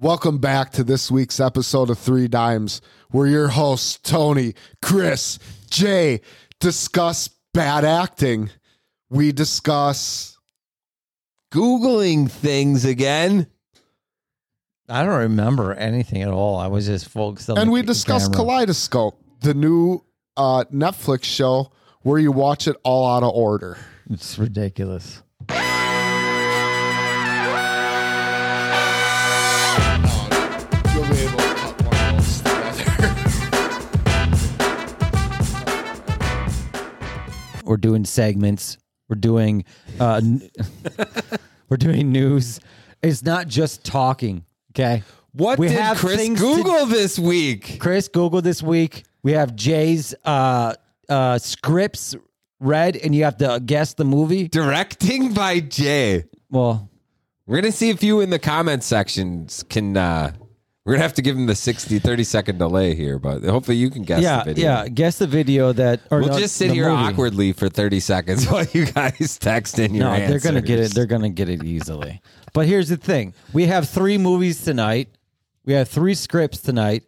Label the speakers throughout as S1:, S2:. S1: Welcome back to this week's episode of Three Dimes. We're your hosts, Tony, Chris, Jay, discuss bad acting. We discuss
S2: Googling things again.
S3: I don't remember anything at all. I was just focused on
S1: and
S3: the
S1: we
S3: c-
S1: discuss
S3: camera.
S1: Kaleidoscope, the new uh, Netflix show where you watch it all out of order.
S3: It's ridiculous.
S1: You'll be able to cut one of those together.
S3: We're doing segments. We're doing uh n- we're doing news. It's not just talking, okay?
S2: What
S3: We
S2: did
S3: have
S2: Chris
S3: things to-
S2: Google this week?
S3: Chris Google this week. We have Jay's uh uh scripts read and you have to guess the movie.
S2: Directing by Jay.
S3: Well,
S2: We're gonna see if you in the comment sections can. uh We're gonna have to give him the 60, 30 second delay here, but hopefully you can guess
S3: yeah,
S2: the video.
S3: yeah, guess the video that or
S2: We'll
S3: no,
S2: just sit
S3: the
S2: here
S3: movie.
S2: awkwardly for thirty seconds while you guys text in your
S3: No,
S2: answers.
S3: they're gonna get it. They're gonna get it easily. but here's the thing: we have three movies tonight. We have three scripts tonight,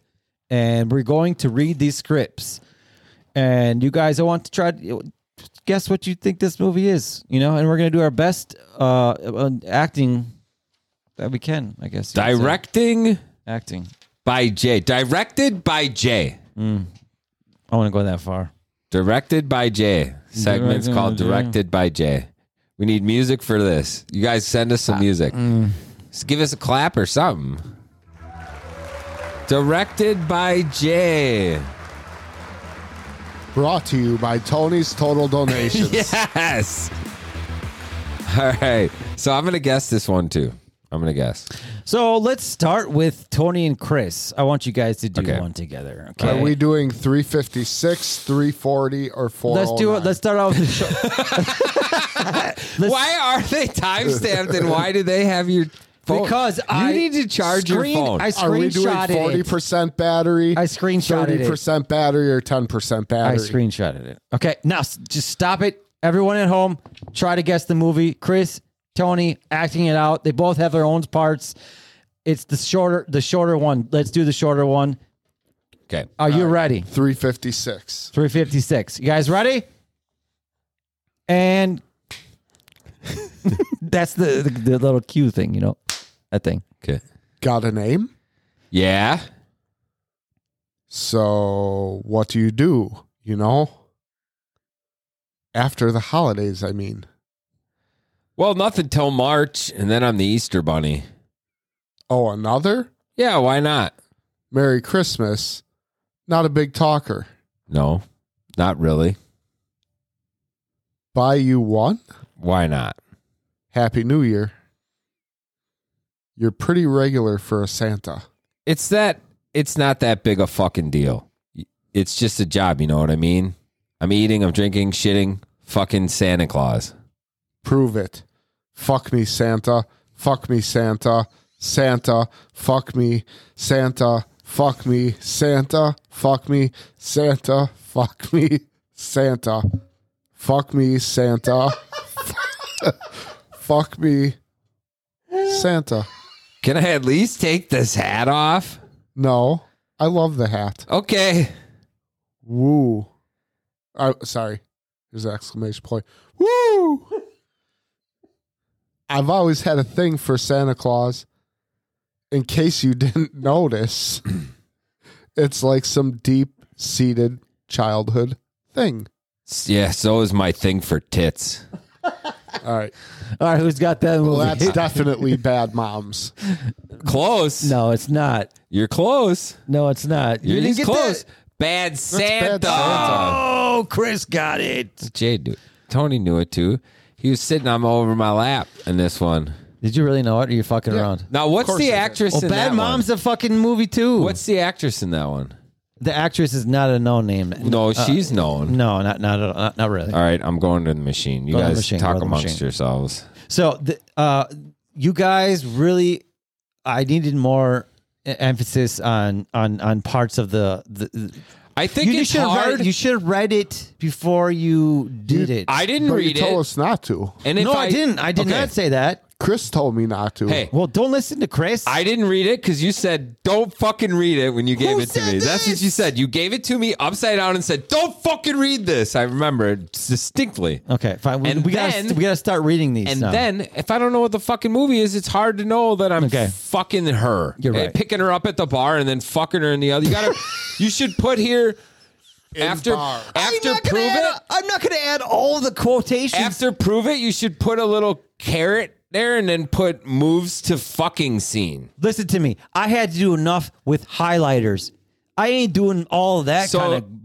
S3: and we're going to read these scripts. And you guys, I want to try to guess what you think this movie is. You know, and we're gonna do our best uh, uh, acting that we can. I guess you could say.
S2: Directing
S3: acting.
S2: by Jay. Directed by Jay.
S3: I want to go that far.
S2: Directed by Jay. Segment's
S3: Directed
S2: called
S3: by Jay.
S2: Directed by Jay. We need music for this. You guys send us some
S3: Ah,
S2: music.
S3: mm.
S2: Just give us a clap or something. Directed by Jay.
S1: Brought to you by Tony's Total Donations.
S2: Yes. All right. So I'm going to guess this one too. I'm going to guess.
S3: So let's start with Tony and Chris. I want you guys to do
S2: Okay.
S3: one together. Okay.
S1: Are we doing 356, 340, or 409?
S3: Let's do it. Let's start out with the show. Let's-
S2: Why are they time stamped and why do they have your phone?
S3: Because
S2: you
S3: I
S2: need to charge your
S3: screened-
S2: phone.
S3: I
S1: Are we doing
S3: screenshotted
S1: forty
S3: it.
S1: percent battery?
S3: I screenshotted it.
S1: Thirty percent battery or ten percent
S3: I
S1: battery?
S3: screenshotted it. Okay, now s- just stop it. Everyone at home, try to guess the movie. Chris, Tony, acting it out. They both have their own parts. It's the shorter, the shorter one. Let's do the shorter one.
S2: okay.
S3: Are you ready?
S1: Three fifty six.
S3: Three fifty six. You guys ready? And that's the, the the little cue thing, you know, that thing.
S2: Okay.
S1: Got a name?
S2: Yeah.
S1: So what do you do? You know, after the holidays, I mean.
S2: Well, nothing till March, and then I'm the Easter Bunny.
S1: Oh, another
S2: Yeah, why not?
S1: Merry Christmas. Not a big talker.
S2: No, not really.
S1: Buy you one.
S2: Why not?
S1: Happy New Year. You're pretty regular for a Santa.
S2: It's that. It's not that big a fucking deal. It's just a job. You know what I mean? I'm eating. I'm drinking. Shitting. Fucking Santa Claus.
S1: prove it. Fuck me, Santa. Fuck me, Santa. Santa. Fuck me, Santa. Fuck me, Santa. Fuck me, Santa. Fuck me, Santa. Fuck me, Santa. Fuck me, Santa.
S2: Can I at least take this hat off?
S1: No, I love the hat.
S2: Okay.
S1: Woo. I sorry. There's an exclamation point. Woo. I've always had a thing for Santa Claus. In case you didn't notice, it's like some deep seated childhood thing.
S2: S- Yeah. So is my thing for tits.
S1: All right.
S3: All right, who's got that
S1: Well,
S3: movie?
S1: that's definitely bad moms.
S2: Close.
S3: no, it's not.
S2: You're close.
S3: No, it's not.
S2: You're
S3: didn't
S2: just
S3: get
S2: close.
S3: that.
S2: Bad Santa.
S1: Bad Santa.
S3: Oh, Chris got it.
S2: Jay knew. Tony knew it too. He was sitting on over my lap in this one.
S3: Did you really know it? Or are you fucking
S1: Yeah.
S3: around?
S2: Now, what's
S1: course I
S2: the
S1: did.
S2: actress
S3: Well,
S2: in that
S3: Bad Mom's a fucking movie too.
S2: one? What's the actress in that one?
S3: the actress is not a known name.
S2: No, she's known.
S3: no, not not not, not really.
S2: All right, I'm going to the machine. You
S3: Go to the
S2: guys
S3: machine, go to
S2: talk
S3: the
S2: amongst
S3: machine.
S2: yourselves.
S3: So, the, uh, you guys really, I needed more e- emphasis on on on parts of the the. the
S2: I think
S3: you
S2: it's
S3: should have
S2: hard.
S3: read. You should have read it before you did it.
S2: I didn't
S1: But you
S2: read it.
S1: told us not to.
S2: and if
S3: no, I,
S2: I,
S3: didn't. I did
S2: Okay.
S3: not say that.
S1: Chris told me not to.
S2: Hey,
S3: Well, don't listen to Chris.
S2: I didn't read it because you said don't fucking read it when you gave it to
S3: said
S2: me. That's what
S3: this?
S2: you said. You gave it to me upside down and said don't fucking read this. I remember it distinctly.
S3: okay, fine. We,
S2: And
S3: we
S2: then-
S3: gotta we gotta start reading these.
S2: And
S3: now.
S2: then if I don't know what the fucking movie is, it's hard to know that I'm
S3: Okay.
S2: fucking her.
S3: You're
S2: Eh,
S3: right.
S2: Picking her up at the bar and then fucking her in the other. You gotta. you should put here after
S1: bar.
S2: after prove it.
S3: I'm not gonna add all the quotations.
S2: after prove it, you should put a little carrot there and then put moves to fucking scene.
S3: listen to me. I had to do enough with highlighters. I ain't doing all that
S2: So
S3: kind of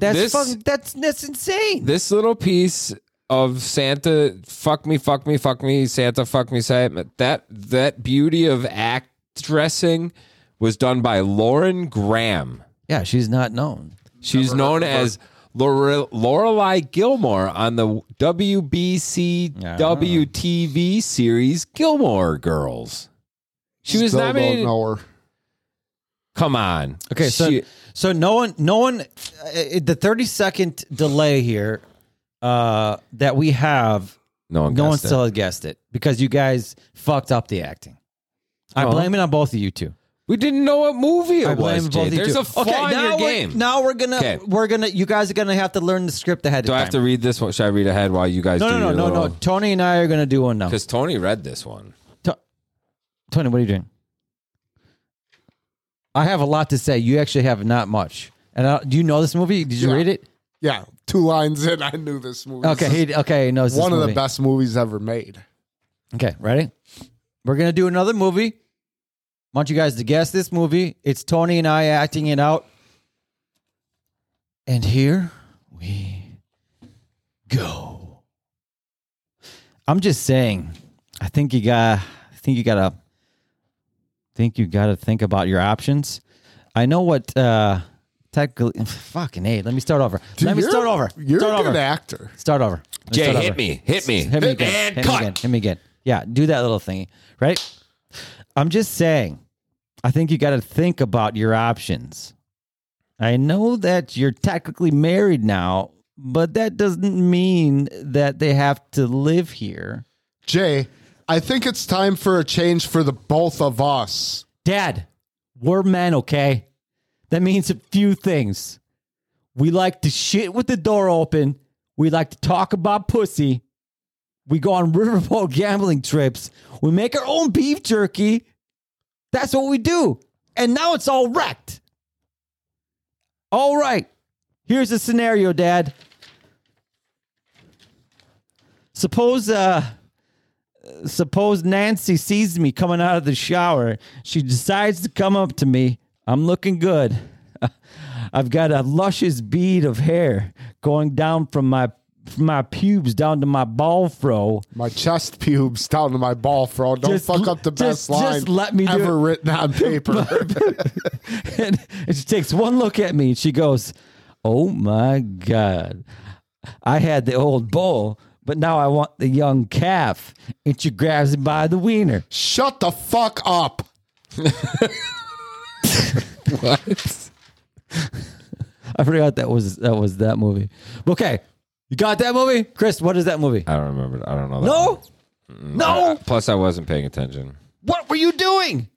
S2: this-
S3: that's
S2: this-
S3: fucking, that's that's insane.
S2: This little piece of Santa, fuck me, fuck me, fuck me, Santa, fuck me, Santa. That that beauty of act dressing was done by Lauren Graham.
S3: yeah, she's not known.
S2: She's known as Lore- Lorelei Gilmore on the WBC
S3: Yeah.
S2: WTV series Gilmore Girls. She was
S1: Still
S2: nominated.
S1: Don't know her.
S2: Come on.
S3: Okay, so
S2: She-
S3: so no one, no one, uh, the thirty second delay here uh, that we have,
S2: no one.
S3: no one
S2: guessed it.
S3: still had guessed it because you guys fucked up the acting. I
S2: Oh.
S3: blame it on both of you two.
S2: We didn't know what movie it
S3: I blame
S2: was.
S3: both
S2: Jay.
S3: of you
S2: There's
S3: two.
S2: a flaw in
S3: now
S2: your
S3: we're-
S2: game.
S3: Now we're gonna,
S2: Okay.
S3: we're gonna, you guys are gonna have to learn the script ahead of
S2: do I
S3: time.
S2: have to read this one? Should I read ahead while you guys?
S3: no,
S2: do
S3: no, no,
S2: your
S3: no,
S2: little...
S3: no. Tony and I are gonna do one now.
S2: Because Tony read this one.
S3: To- Tony, what are you doing? I have a lot to say. You actually have not much. And I, do you know this movie? Did you
S1: Yeah.
S3: read it?
S1: Yeah, two lines in, I knew this movie.
S3: Okay,
S1: This is
S3: he, okay, he knows this
S1: one of the
S3: movie.
S1: best movies ever made.
S3: Okay, ready? We're gonna do another movie. Want you guys to guess this movie? It's Tony and I acting it out. And here we go. I'm just saying. I think you got. I think you gotta. Think you gotta think about your options. I know what. uh Technically, fucking hey. Let me start over.
S1: Dude,
S3: let me
S1: you're-
S3: start over.
S1: You're
S3: start
S1: a good
S3: over.
S1: actor.
S3: Start over. Let me
S2: Jay,
S3: start
S2: hit
S3: over.
S2: me, hit me,
S3: Hit me again.
S2: and
S3: hit
S2: cut.
S3: me again. Hit me again. Yeah, do that little thingy, right? I'm just saying, I think you got to think about your options. I know that you're technically married now, but that doesn't mean that they have to live here.
S1: Jay, I think it's time for a change for the both of us.
S3: Dad, we're men, okay? That means a few things. We like to shit with the door open. We like to talk about pussy. We go on riverboat gambling trips. We make our own beef jerky. That's what we do. And now it's all wrecked. All right. Here's a scenario, Dad. Suppose uh suppose Nancy sees me coming out of the shower. She decides to come up to me. I'm looking good. I've got a luscious bead of hair going down from my from my pubes down to my ball fro.
S1: My chest pubes down to my ball throw. Don't
S3: Just
S1: fuck
S3: l-
S1: up the
S3: just-
S1: best line
S3: just let me do
S1: ever
S3: it.
S1: written on paper.
S3: and, and she takes one look at me and she goes, "Oh my god, I had the old bull, but now I want the young calf." And she grabs him by the wiener.
S1: Shut the fuck up.
S3: I forgot that was that was that movie. Okay, you got that movie, Chris? What is that movie?
S2: I don't remember. I don't know. That one.
S3: No, no.
S2: Plus, I wasn't paying attention.
S3: What were you doing?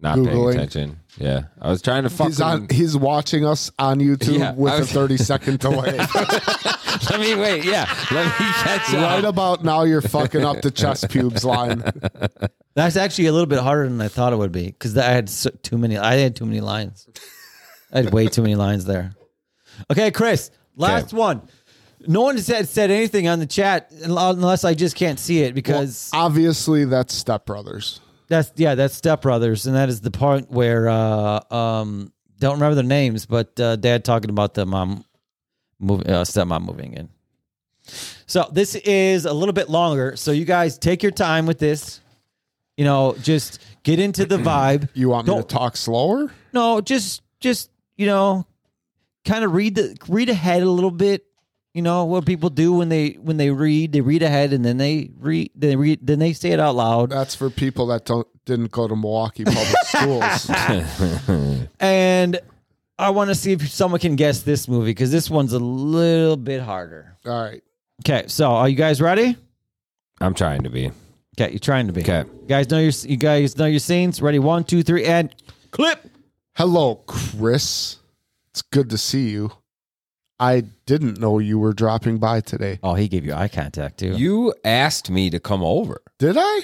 S2: Not
S1: Googling.
S2: paying attention. Yeah, I was trying to fucking.
S1: He's on. He's watching us on YouTube
S2: Yeah,
S1: with
S2: I
S1: a
S2: was-
S1: thirty second delay.
S2: Let me wait. Yeah, let me catch
S1: right
S2: up.
S1: about now, you're fucking up the chest pubes line.
S3: That's actually a little bit harder than I thought it would be because I had so, too many. I had too many lines. I had way too many lines there. Okay, Chris, last
S2: Okay.
S3: one. No one said said anything on the chat unless I just can't see it because
S1: Obviously, that's Step Brothers.
S3: that's yeah, that's Step Brothers, and that is the part where uh, um, don't remember their names, but uh, Dad talking about the mom moving, uh, stepmom moving in. So this is a little bit longer, so you guys take your time with this. You know, just get into the vibe.
S1: You want me
S3: Don't-
S1: to talk slower?
S3: No, just just you know, kind of read the read ahead a little bit. You know what people do when they when they read, they read ahead and then they read they read then they say it out loud.
S1: That's for people that don't didn't go to Milwaukee public schools.
S3: And I want to see if someone can guess this movie because this one's a little bit harder.
S1: All right.
S3: Okay, so are you guys ready?
S2: I'm trying to be.
S3: Okay, you're trying to be.
S2: Okay.
S3: You guys know your you guys know your scenes. Ready? One, two, three, and clip.
S1: Hello, Chris. It's good to see you. I didn't know you were dropping by today.
S3: Oh, he gave you eye contact too.
S2: You asked me to come over.
S1: Did I?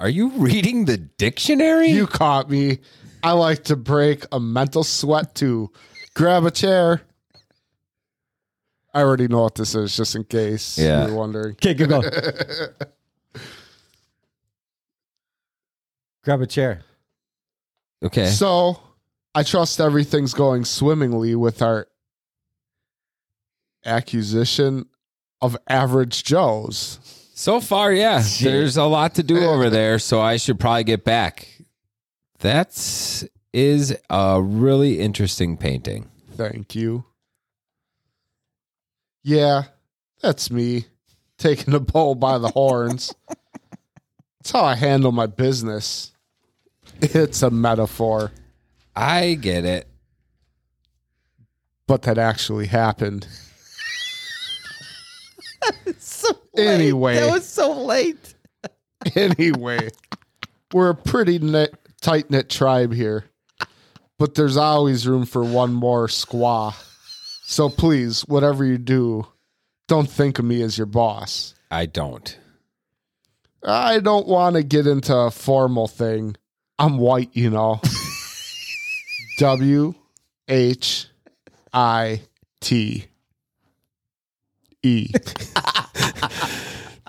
S2: Are you reading the dictionary?
S1: You caught me. I like to break a mental sweat too. Grab a chair. I already know what this is, just in case
S2: Yeah.
S1: you're wondering.
S3: okay, good go. Grab a chair.
S2: okay.
S1: So I trust everything's going swimmingly with our acquisition of average Joes.
S2: So far, yeah. There's a lot to do over there, so I should probably get back. That's is a really interesting painting.
S1: Thank you. Yeah, that's me taking the bull by the horns. That's how I handle my business. It's a metaphor,
S2: I get it.
S1: but that actually happened. anyway,
S3: so late.
S1: anyway, we're a pretty knit, tight knit tribe here, but there's always room for one more squaw. So please, whatever you do, don't think of me as your boss.
S2: I don't.
S1: I don't want to get into a formal thing. I'm white, you know. W H I T E.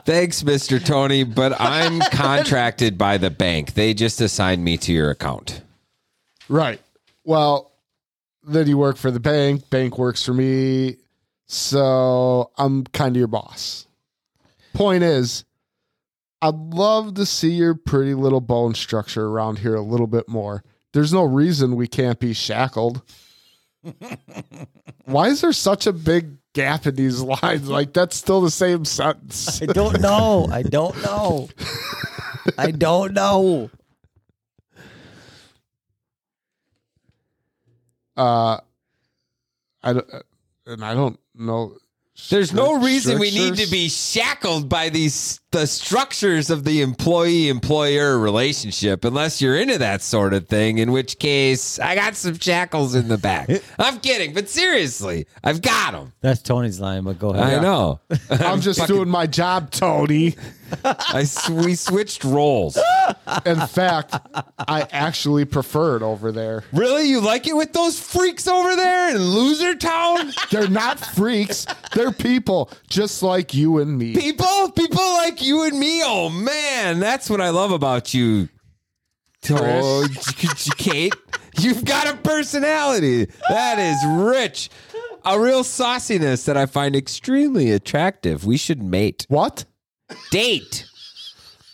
S2: Thanks, Mr. Tony, but I'm contracted by the bank. They just assigned me to your account.
S1: Right. Well, then you work for the bank. Bank works for me. So I'm kind of your boss. Point is, I'd love to see your pretty little bone structure around here a little bit more. There's no reason we can't be shackled. Why is there such a big gap in these lines? Like, that's still the same sentence.
S3: I don't know. I don't know. I don't know.
S1: Uh, I don't, and I don't know.
S2: There's no reason we need to
S1: Structures?
S2: be shackled by these the structures of the employee employer relationship unless you're into that sort of thing, in which case I got some shackles in the back. I'm kidding, but seriously, I've got them.
S3: That's Tony's line, but go
S2: I
S3: ahead.
S2: know.
S1: I'm just doing my job, Tony.
S2: I s- we switched roles.
S1: In fact, I actually prefer it over there.
S2: Really? You like it with those freaks over there in loser town?
S1: They're not freaks, they're people just like you and me.
S2: people, people like you and me. Oh man, that's what I love about you, oh, Kate. You've got a personality that is rich, a real sauciness that I find extremely attractive. We should mate,
S1: What?
S2: date.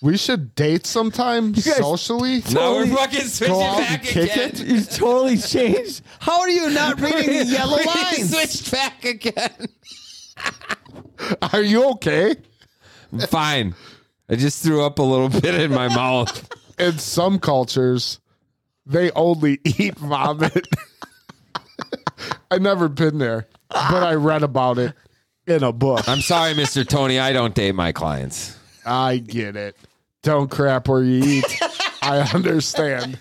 S1: We should date sometime socially?
S2: Now we're fucking switching
S1: Go out and
S2: back
S1: kick
S2: again.
S1: it?
S3: You've totally changed. How are you not reading the yellow
S2: We
S3: lines?
S2: switched back again.
S1: Are you okay?
S2: Fine. I just threw up a little bit in my mouth.
S1: In some cultures, they only eat vomit. I've never been there, but I read about it in a book.
S2: I'm sorry, Mr. Tony. I don't date my clients.
S1: I get it. Don't crap where you eat. I understand.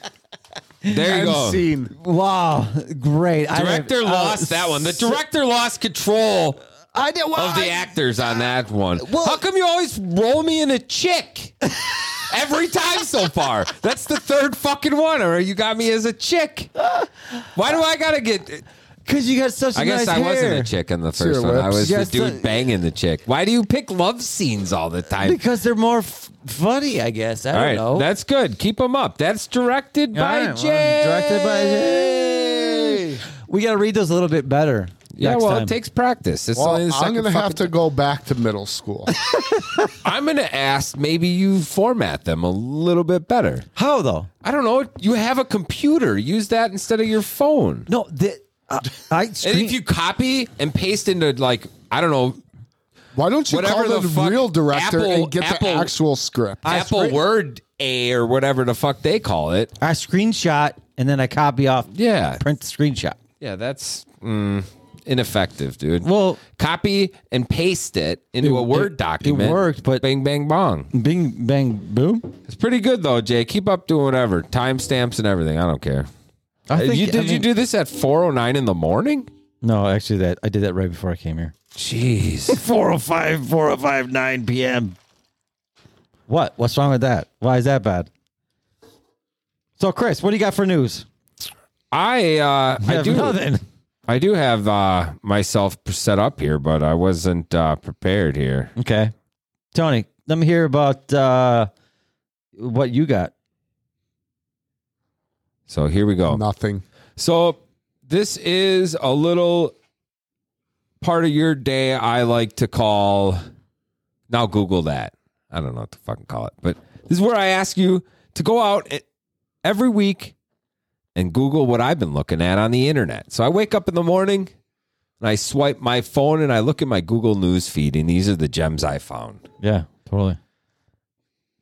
S2: There you
S1: End
S2: go.
S1: scene.
S3: Wow, great. I
S2: Director
S3: didn't- uh,
S2: lost that one. The director lost control
S3: I did. Well,
S2: of the
S3: I-
S2: actors on that one.
S3: Well-
S2: How come you always roll me in a chick every time so far? That's the third fucking one. Or you got me as a chick. Why do I gotta get?
S3: Because you got such
S2: I guess
S3: nice
S2: I wasn't
S3: hair.
S2: a chick in the
S1: your
S2: first one. I
S1: lips.
S2: was the
S3: Yes,
S2: dude
S3: uh,
S2: banging the chick. Why do you pick love scenes all the time?
S3: Because they're more f- funny, I guess. I
S2: All
S3: don't
S2: right,
S3: know.
S2: that's good. Keep them up. That's directed by
S3: right, well,
S2: Jay.
S3: directed by Jay. we got to read those a little bit better.
S2: Yeah,
S3: next
S2: well,
S3: time.
S2: it takes practice. It's only
S1: Well,
S2: the
S1: I'm
S2: second
S1: going to have
S2: fucking
S1: to go back to middle school.
S2: I'm going to ask maybe you format them a little bit better.
S3: How though?
S2: I don't know. You have a computer. Use that instead of your phone.
S3: No, the, uh, I
S2: And
S3: screen,
S2: if you copy and paste into like I don't know
S1: Why don't you
S2: Whatever
S1: call
S2: the
S1: the,
S2: fuck
S1: real director
S2: Apple-
S1: and get
S2: Apple-
S1: the actual script?
S2: Apple
S3: screen-
S2: Word A or whatever the fuck they call it.
S3: I screenshot and then I copy off.
S2: Yeah.
S3: print the screenshot.
S2: Yeah, that's mm, ineffective, dude.
S3: Well-
S2: copy and paste it into
S3: It-
S2: a Word
S3: it- it
S2: document.
S3: worked, but-
S2: bang bang bong.
S3: Bing, bang, boom.
S2: It's pretty good though, Jay. Keep up doing whatever. Timestamps and everything. I don't care.
S3: I
S2: Uh, you, did
S3: I
S2: you
S3: mean-
S2: do this at 4:09 in the morning?
S3: No, actually, that I did that right before I came here.
S2: Jeez.
S3: 405, 405, 9 p.m. What? What's wrong with that? Why is that bad? So, Chris, what do you got for news?
S2: I uh I
S3: have
S2: do
S3: nothing.
S2: I do have uh myself set up here, but I wasn't uh prepared here.
S3: Okay. Tony, let me hear about uh, what you got.
S2: So here we go.
S1: Nothing.
S2: So this is a little part of your day I like to call now Google that. I don't know what to fucking call it, but this is where I ask you to go out e- every week and Google what I've been looking at on the internet. So I wake up in the morning and I swipe my phone and I look at my Google News feed, and these are the gems I found
S3: Yeah, totally.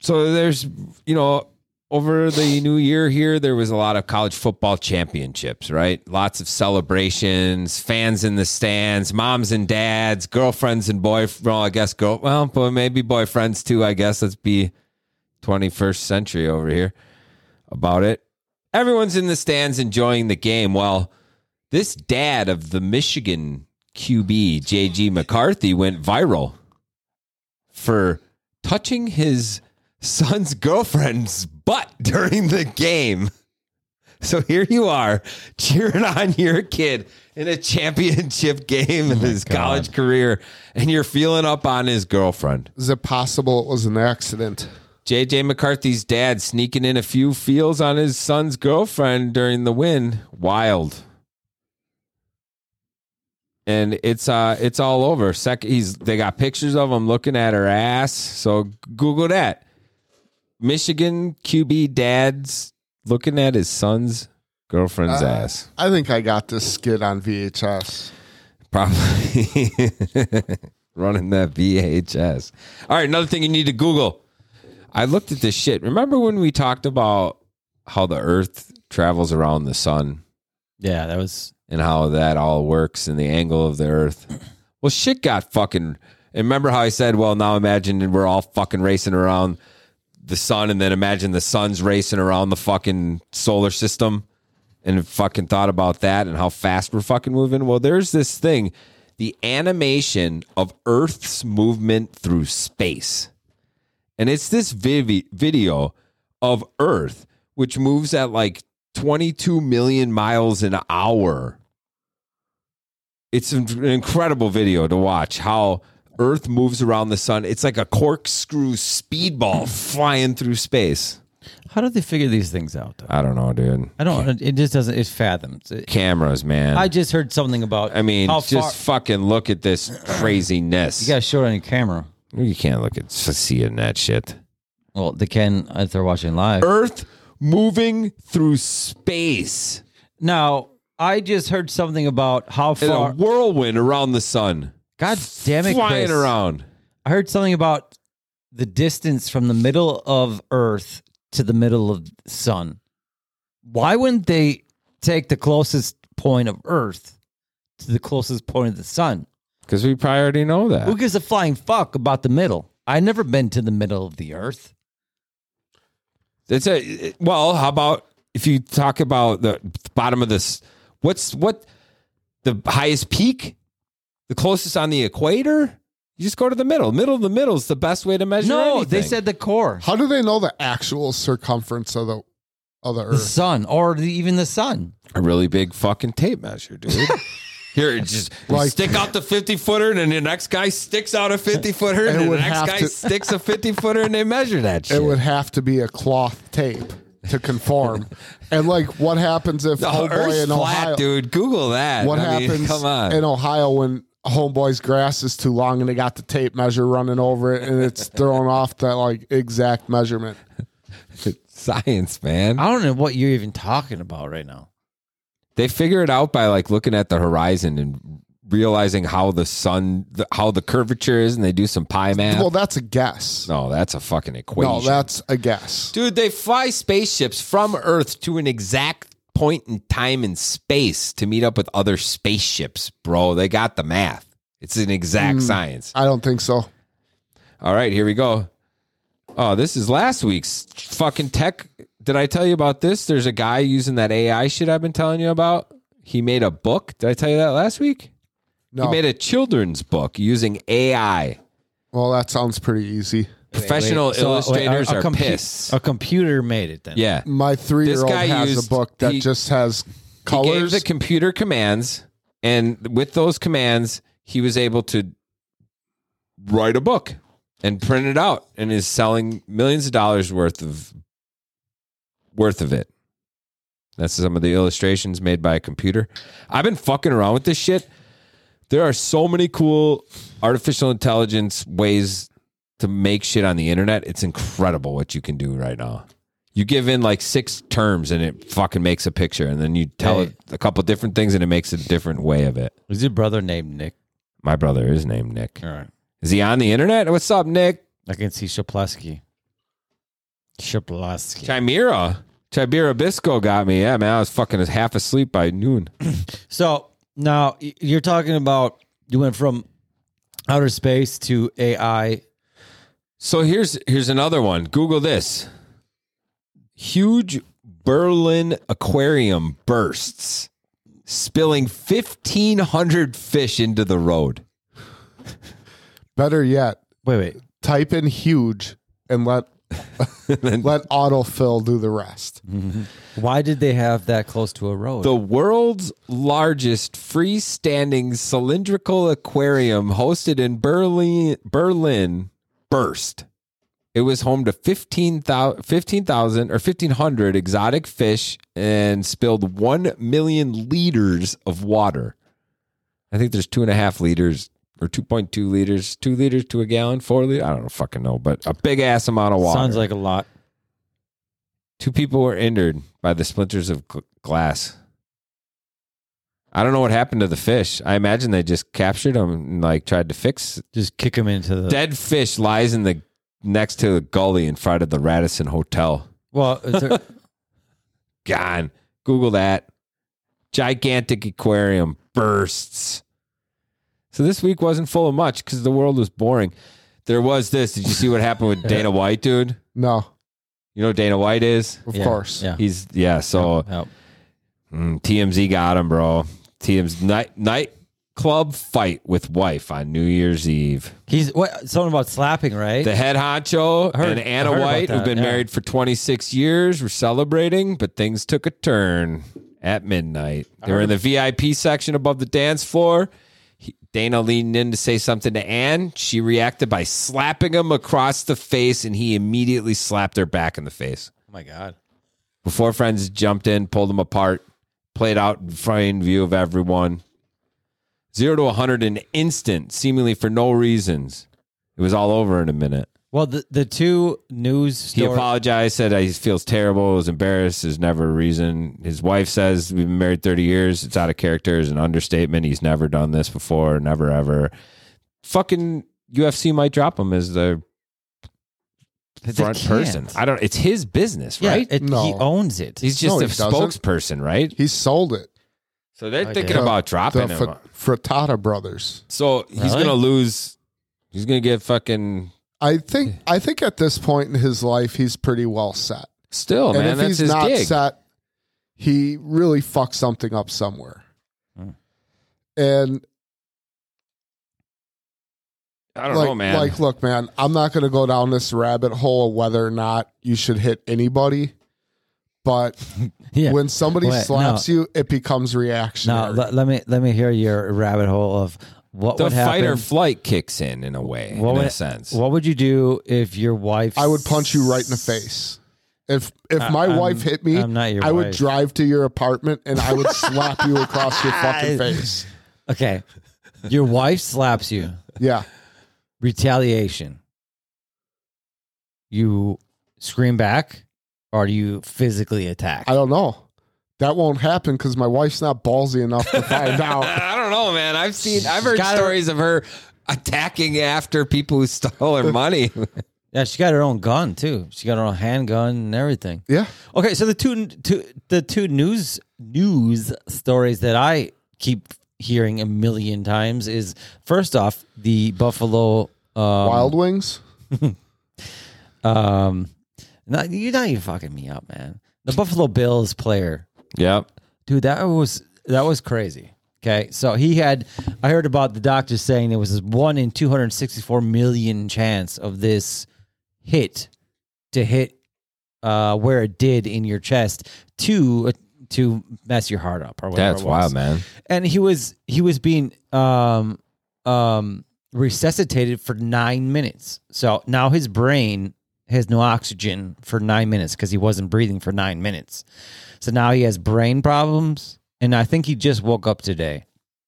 S2: so there's you know over the new year here there was a lot of college football championships right lots of celebrations fans in the stands moms and dads girlfriends and boy well i guess girl well but maybe boyfriends too i guess let's be 21st century over here about it everyone's in the stands enjoying the game well this dad of the michigan qb jg mccarthy went viral for touching his son's girlfriend's butt during the game. So here you are cheering on your kid in a championship game in his college career, and you're feeling up on his girlfriend.
S1: Is it possible it was an accident?
S2: JJ McCarthy's dad sneaking in a few feels on his son's girlfriend during the win. Wild. And it's uh it's all over. Sec he's they got pictures of him looking at her ass. So Google that. Michigan QB dad's looking at his son's girlfriend's
S1: Uh,
S2: ass.
S1: I think I got this skit on VHS.
S2: Probably running that VHS. All right, another thing you need to Google. I looked at this shit. Remember when we talked about how the Earth travels around the sun
S3: Yeah, that was.
S2: and how that all works and the angle of the Earth? Well, shit got fucking. And remember how I said, well, now imagine we're all fucking racing around the sun and then imagine the sun's racing around the fucking solar system and fucking thought about that and how fast we're fucking moving. Well, there's this thing, the animation of Earth's movement through space. And it's this vivi- video of Earth, which moves at like 22 million miles an hour. It's an an incredible video to watch how Earth moves around the sun. It's like a corkscrew speedball flying through space.
S3: How did they figure these things out? Though?
S2: I don't know, dude.
S3: I don't. It just doesn't. It fathoms.
S2: Cameras, man.
S3: I just heard something about.
S2: I mean,
S3: how
S2: just
S3: far,
S2: fucking look at this craziness.
S3: you got to show it on your camera.
S2: You can't look at seeing that shit.
S3: Well, they can if they're watching live.
S2: Earth moving through space
S3: Now, I just heard something about how
S2: in a
S3: far.
S2: whirlwind around the sun,
S3: God damn it,
S2: flying
S3: Chris.
S2: around.
S3: I heard something about the distance from the middle of Earth to the middle of the sun. Why wouldn't they take the closest point of Earth to the closest point of the sun?
S2: Because we probably already know
S3: Who
S2: that.
S3: gives a flying fuck about the middle? I've never been to the middle of the Earth.
S2: It's a well. How about if you talk about the bottom of this? What's what? The highest peak, the closest on the equator. You just go to the middle. Middle of the middle is the best way to measure.
S3: no, they
S2: anything.
S3: said the core,
S1: How do they know the actual circumference of the of the
S3: the
S1: Earth?
S3: sun, or the, even the sun.
S2: a really big fucking tape measure, dude. Here, just
S1: Like-
S2: stick out the 50 footer, and then the next guy sticks out a 50 footer, and
S1: It
S2: then the
S1: would
S2: next
S1: have
S2: guy
S1: to-
S2: sticks a 50 footer, and they measure that shit.
S1: It would have to be a cloth tape to conform. and like, what happens if
S2: the whole
S1: homeboy
S2: Earth's
S1: in
S2: flat,
S1: Ohio?
S2: dude. Google that.
S1: What
S2: I mean,
S1: happens
S2: come on.
S1: in Ohio when homeboy's grass is too long and they got the tape measure running over it and it's thrown off that like exact measurement?
S2: Science, man.
S3: I don't know what you're even talking about right now.
S2: They figure it out by like looking at the horizon and realizing how the sun, the, how the curvature is, and they do some pi math.
S1: Well, that's a guess.
S2: no, that's a fucking equation.
S1: No, that's a guess.
S2: Dude, they fly spaceships from Earth to an exact point in time and space to meet up with other spaceships, bro. They got the math. It's an exact
S1: Hmm.
S2: science.
S1: I don't think so.
S2: All right, here we go. Oh, this is last week's fucking tech. Did I tell you about this? There's a guy using that AI shit I've been telling you about. He made a book. Did I tell you that last week?
S1: No.
S2: He made a children's book using AI.
S1: well, that sounds pretty easy.
S2: Professional
S3: So, wait,
S2: illustrators
S3: a- a
S2: are
S3: compu-
S2: pissed.
S3: A computer made it then.
S2: yeah.
S1: My three year old
S2: guy
S1: has
S2: used-
S1: a book that
S2: he-
S1: just has
S2: He gave
S1: colors.
S2: the computer commands, and with those commands, he was able to write a book and print it out, and is selling millions of dollars worth of worth of it. That's some of the illustrations made by a computer. I've been fucking around with this shit. There are so many cool artificial intelligence ways to make shit on the internet. It's incredible what you can do right now. You give in like six terms and it fucking makes a picture, and then you tell
S3: Hey.
S2: it a couple different things and it makes a different way of it.
S3: Was your brother named Nick?
S2: My brother is named Nick.
S3: All right.
S2: Is he on the internet? What's up, Nick?
S3: I can see Shaplaski. Shaplaski.
S2: Chimera. Chimera Bisco got me. Yeah, man. I was fucking half asleep by noon.
S3: So now y- you're talking about you went from outer space to AI.
S2: So here's here's another one. Google this. Huge Berlin aquarium bursts, spilling 1500 fish into the road.
S1: Better yet,
S3: Wait, wait.
S1: type in huge and let let autofill do the rest.
S2: Mm-hmm.
S3: Why did they have that close to a road?
S2: The world's largest freestanding cylindrical aquarium hosted in Berlin, Berlin burst. It was home to 15,000 15,000 or 1,500 exotic fish and spilled 1 million liters of water. I think there's two and a half liters or 2.2 liters, two liters to a gallon, four liters. I don't fucking know, but a big ass amount of water.
S3: Sounds like a lot.
S2: Two people were injured by the splinters of gl- glass. I don't know what happened to the fish. I imagine they just captured them and like tried to fix.
S3: Just kick him into the.
S2: Dead fish lies in the next to the gully in front of the Radisson Hotel.
S3: well, it's a-
S2: Gone. Google that. Gigantic aquarium bursts. So this week wasn't full of much because the world was boring. There was this. Did you see what happened with Dana White, dude?
S1: No,
S2: You know who Dana White is.
S1: of
S3: yeah,
S1: course.
S3: Yeah.
S2: He's yeah. So.
S3: Yep.
S2: Mm, TMZ got him, bro. TMZ night nightclub fight with wife on New Year's Eve.
S3: He's what? Something about slapping, right?
S2: The head honcho
S3: I heard-
S2: and Anna
S3: I heard about
S2: White, who've
S3: that,
S2: been
S3: yeah.
S2: married for 26 years, were celebrating, but things took a turn at midnight. They were in the VIP section above the dance floor. He- Dana leaned in to say something to Anne. She reacted by slapping him across the face, and he immediately slapped her back in the face
S3: oh my god.
S2: before friends jumped in, pulled them apart, played out in front view of everyone. Zero to 100 in instant, seemingly for no reasons. It was all over in a minute.
S3: Well, the the two news
S2: He
S3: stories.
S2: apologized, said he feels terrible, was embarrassed. There's never a reason. His wife says, We've been married 30 years. It's out of character, is an understatement. He's never done this before, never ever. Fucking UFC might drop him as the front person. I don't, it's his business,
S3: yeah,
S2: right?
S3: it-
S1: No.
S3: he owns it.
S2: He's just
S1: No, he
S2: a
S1: doesn't.
S2: spokesperson, right?
S1: He sold it.
S2: So they're
S3: I
S2: thinking
S3: guess.
S2: about dropping
S1: the
S2: him.
S1: Fra- Frittata brothers.
S2: so he's
S3: Really?
S2: gonna lose. He's gonna get fucking.
S1: I think I think at this point in his life he's pretty well set.
S2: Still,
S1: and
S2: Oh, man,
S1: if
S2: that's
S1: he's
S2: his
S1: not
S2: gig.
S1: set, he really fucks something up somewhere.
S3: Hmm.
S1: And
S2: I don't
S1: like,
S2: know, man.
S1: like, look, man, I'm not going to go down this rabbit hole of whether or not you should hit anybody, but
S3: yeah.
S1: when somebody
S3: Wait,
S1: slaps you, it becomes
S3: Now
S1: reactionary.
S3: let, let me let me hear your rabbit hole of what
S2: the
S3: would
S2: fight
S3: happen.
S2: or flight kicks in in a way,
S3: What
S2: in
S3: would-
S2: a sense.
S3: what would you do if your wife?
S1: I would punch you right in the face. If if my
S3: Uh, I'm-
S1: wife hit me,
S3: I'm not your
S1: I would
S3: wife.
S1: drive to your apartment and I would slap you across your fucking face.
S3: Okay, your wife slaps you.
S1: Yeah.
S3: Retaliation. You scream back, or do you physically attack?
S1: I don't know. That won't happen because my wife's not ballsy enough to find out.
S2: I don't know, man. I've seen, I've heard
S3: Gotta-
S2: stories of her attacking after people who stole her money.
S3: Yeah, she got her own gun too. She got her own handgun and everything.
S1: Yeah.
S3: Okay, so the two, two the two news news stories that I keep hearing a million times is first off the Buffalo um,
S1: Wild Wings.
S3: Um, not, you're not even fucking me up, man. The Buffalo Bills player,
S2: Yep.
S3: dude, that was that was crazy. Okay, so he had. I heard about the doctor saying there was this one in 264 million chance of this hit to hit uh, where it did in your chest to to mess your heart up or whatever.
S2: That's
S3: it was
S2: wild, man.
S3: and he was he was being um um resuscitated for nine minutes. So now his brain has no oxygen for nine minutes because he wasn't breathing for nine minutes. So now he has brain problems, and I think he just woke up today.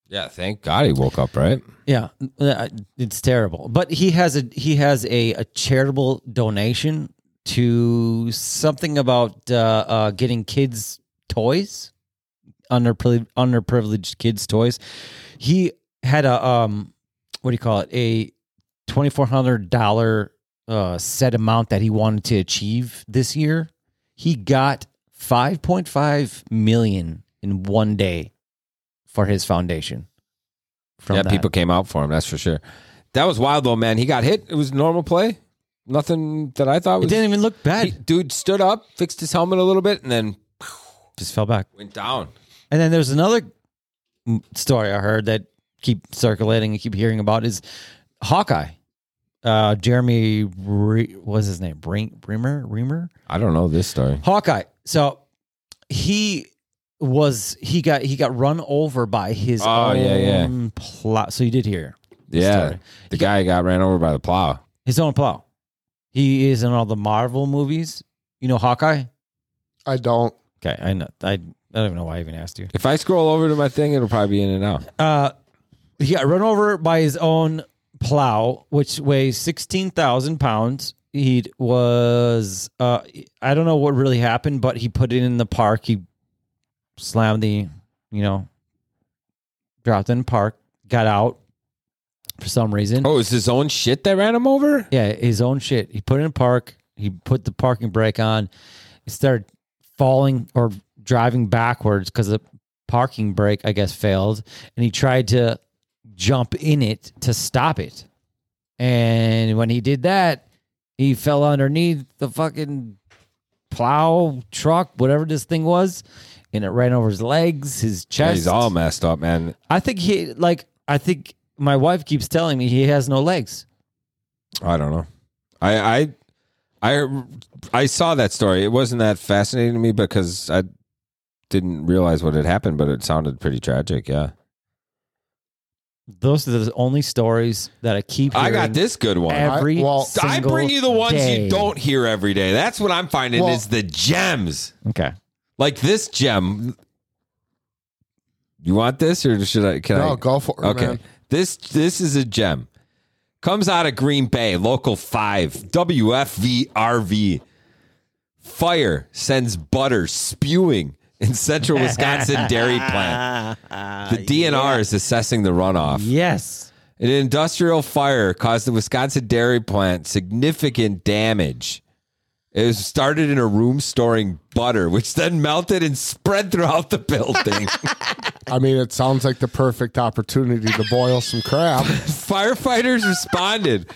S2: Yeah, thank God he woke up, right?
S3: Yeah, uh, it's terrible. But he has a he has a, a charitable donation to something about uh, uh, getting kids toys, underprivileged, underprivileged kids toys. He had a um, what do you call it? A twenty four hundred dollar uh, set amount that he wanted to achieve this year. He got five point five million in one day for his foundation. From
S2: yeah,
S3: that.
S2: people came out for him, that's for sure. That was wild though, man. He got hit. It was normal play. Nothing that I thought
S3: It
S2: was
S3: didn't even look bad.
S2: He- dude stood up, fixed his helmet a little bit, and then
S3: just fell back.
S2: went down.
S3: And then there's another m- story I heard that keep circulating and keep hearing about is Hawkeye. Uh, Jeremy, Re- what's his name? Brink, Reamer, Reamer,
S2: I don't know this story.
S3: Hawkeye. So he was he got he got run over by his
S2: Oh,
S3: own
S2: yeah, yeah.
S3: plow. So you did hear this
S2: Yeah,
S3: story.
S2: the guy got ran over by the plow.
S3: his own plow. He is in all the Marvel movies. You know Hawkeye.
S1: I don't.
S3: Okay, I know. I, I don't even know why I even asked you.
S2: If I scroll over to my thing, it'll probably be in and out.
S3: uh, he got run over by his own plow, which weighs sixteen thousand pounds. He was uh, I don't know what really happened, but he put it in the park. He slammed the, you know, dropped in the park, got out for some reason.
S2: Oh, it's his own shit that ran him over?
S3: Yeah, his own shit. He put it in a park. He put the parking brake on. He started falling or driving backwards because the parking brake, I guess, failed. And he tried to jump in it to stop it. And when he did that, he fell underneath the fucking plow truck, whatever this thing was, and it ran over his legs, his
S2: Yeah,
S3: chest.
S2: he's all messed up, man.
S3: I think he like. I think my wife keeps telling me he has no legs.
S2: I don't know. I I I I saw that story. It wasn't that fascinating to me because I didn't realize what had happened, but it sounded pretty tragic. Yeah,
S3: Those are the only stories that I keep.
S2: I
S3: Hearing
S2: got this good one. I,
S3: every.
S1: I- well,
S3: single
S2: bring you the ones
S3: day.
S2: you don't hear every day. That's what I'm finding
S1: Well-
S2: is the gems.
S3: Okay.
S2: Like this gem. You want this or should I? Can
S1: No,
S2: I?
S1: go for it,
S2: Okay.
S1: man.
S2: This this is a gem. Comes out of Green Bay, local five, WFVRV. Fire sends butter spewing in central Wisconsin dairy plant. The DNR is assessing the runoff.
S3: Yes.
S2: An industrial fire caused the Wisconsin dairy plant significant damage. It was started in a room storing butter, which then melted and spread throughout the building.
S1: I mean, it sounds like the perfect opportunity to boil some crab.
S2: Firefighters responded.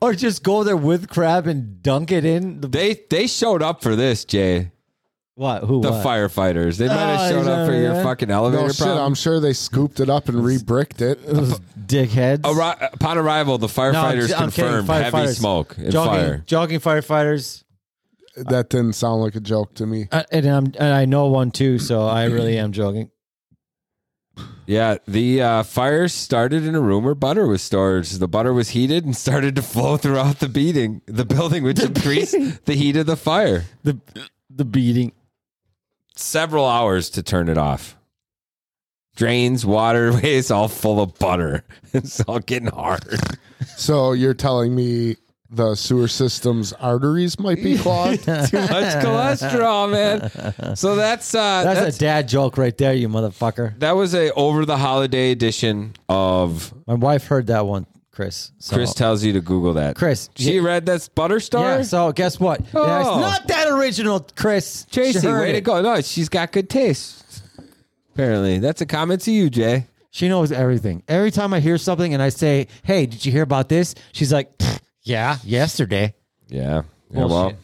S3: Or just go there with crab and dunk it in. The,
S2: They they showed up for this, Jay.
S3: what? Who?
S2: The
S3: what?
S2: firefighters. They might
S3: Oh,
S2: have showed up for
S3: yeah,
S2: your
S3: yeah.
S2: fucking elevator
S1: No shit,
S2: problem.
S1: I'm sure they scooped it up and rebricked it.
S3: Dickheads.
S2: Arri- upon arrival, the firefighters
S3: I'm kidding,
S2: confirmed heavy
S3: firefighters.
S2: smoke and
S3: jogging,
S2: fire.
S3: jogging firefighters.
S1: That didn't sound like a joke to me.
S3: Uh, and I'm and I know one too, so I really am jogging.
S2: Yeah, the uh, fire started in a room where butter was stored. The butter was heated and started to flow throughout the beating, the building, which increased the heat of the fire.
S3: The the beating.
S2: Several hours to turn it off. Drains, waterways, all full of butter. It's all getting hard.
S1: So you're telling me the sewer system's arteries might be clogged?
S2: Too much cholesterol, man. So that's uh,
S3: That's,
S2: that's
S3: a dad joke right there, you motherfucker.
S2: that was a over the holiday edition of
S3: Uh-huh. My wife heard that one Chris. So,
S2: Chris tells you to Google that.
S3: Chris,
S2: she
S3: yeah.
S2: read that's Butterstar.
S3: Yeah. So guess what? Yeah, it's
S2: Oh.
S3: not that original, Chris.
S2: Tracy,
S3: She heard
S2: way to
S3: it.
S2: go! No, she's got good taste. Apparently, that's a comment to you, Jay.
S3: She knows everything. Every time I hear something and I say, "Hey, did you hear about this?" She's like, "Pfft, "Yeah, yesterday."
S2: Yeah. Yeah. Well,
S3: Bullshit.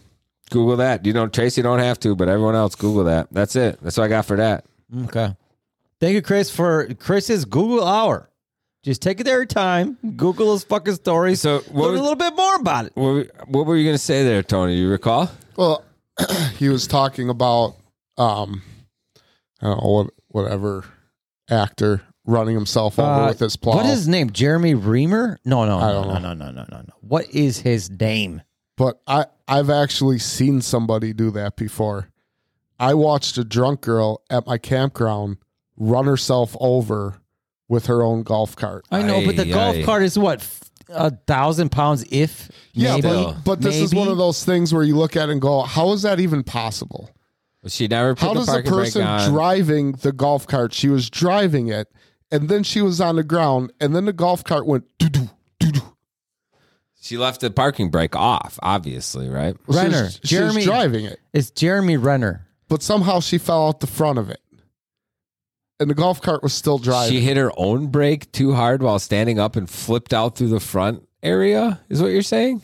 S2: Google that. You know, Tracy don't have to, but everyone else Google that. That's it. That's what I got for that.
S3: Okay. Thank you, Chris, for Chris's Google Hour. Just take it every time. Google his fucking story.
S2: So, what
S3: learn
S2: was-
S3: a little bit more about it.
S2: What were, what were you going to say there, Tony? You recall?
S1: Well, he was talking about um, I don't know what, whatever actor running himself over
S3: Uh,
S1: with his plow.
S3: What is his name? Jeremy Reamer? No, no,
S1: I
S3: no,
S1: don't
S3: no, no, no, no, no, no. What is his name?
S1: but I I've actually seen somebody do that before. I watched a drunk girl at my campground run herself over with her own golf cart.
S2: Uh,
S3: I know, but the
S2: Aye,
S3: golf
S2: aye.
S3: cart is what f- a thousand pounds, if
S1: Yeah,
S3: maybe.
S1: but, but this is
S3: Maybe?
S1: one of those things where you look at it and go, how is that even possible?
S2: She never put
S1: How
S2: the
S1: does a
S2: parking brake
S1: person
S2: on.
S1: driving the golf cart? She was driving it, and then she was on the ground, and then the golf cart went doo doo doo doo.
S2: she left the parking brake off, obviously, right?
S1: She
S3: Renner,
S1: was, she was
S3: Jeremy,
S1: driving it,
S3: it's Jeremy Renner.
S1: but somehow she fell out the front of it, and the golf cart was still driving.
S2: She hit her own brake too hard while standing up and flipped out through the front area, is what you're saying?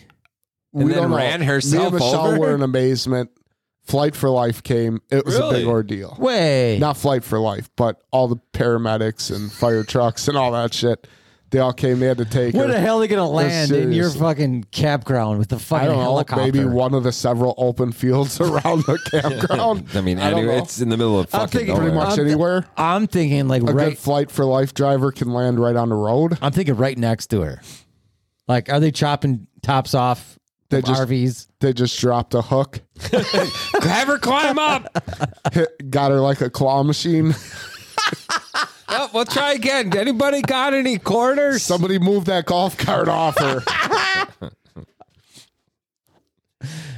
S2: and then ran herself
S1: Me and Michelle
S2: over?
S1: were in amazement. Flight for life came. It was a
S2: Really?
S1: big ordeal.
S3: Way.
S1: Not flight for life, but all the paramedics and fire trucks and all that shit. They all came. They had to take
S3: Where
S1: her.
S3: the hell are they going to land in your
S1: seriously.
S3: fucking campground with the
S1: I
S3: fucking
S1: don't know.
S3: helicopter?
S1: Maybe one of the several open fields around the campground.
S2: I mean,
S1: don't
S2: anyway,
S1: know.
S2: it's in the middle of
S3: I'm
S2: fucking
S3: thinking
S2: nowhere.
S1: pretty much
S3: I'm-
S1: anywhere.
S3: I'm thinking like
S1: A
S3: right.
S1: good flight for life driver can land right on the road.
S3: I'm thinking right next to her. Like, are they chopping tops off
S1: They
S3: of
S1: just-
S3: RVs?
S1: They just dropped a hook,
S2: Have her climb up.
S1: hit, got her like a claw machine.
S2: Yep, we'll try again. Anybody got any quarters?
S1: Somebody moved that golf cart off her.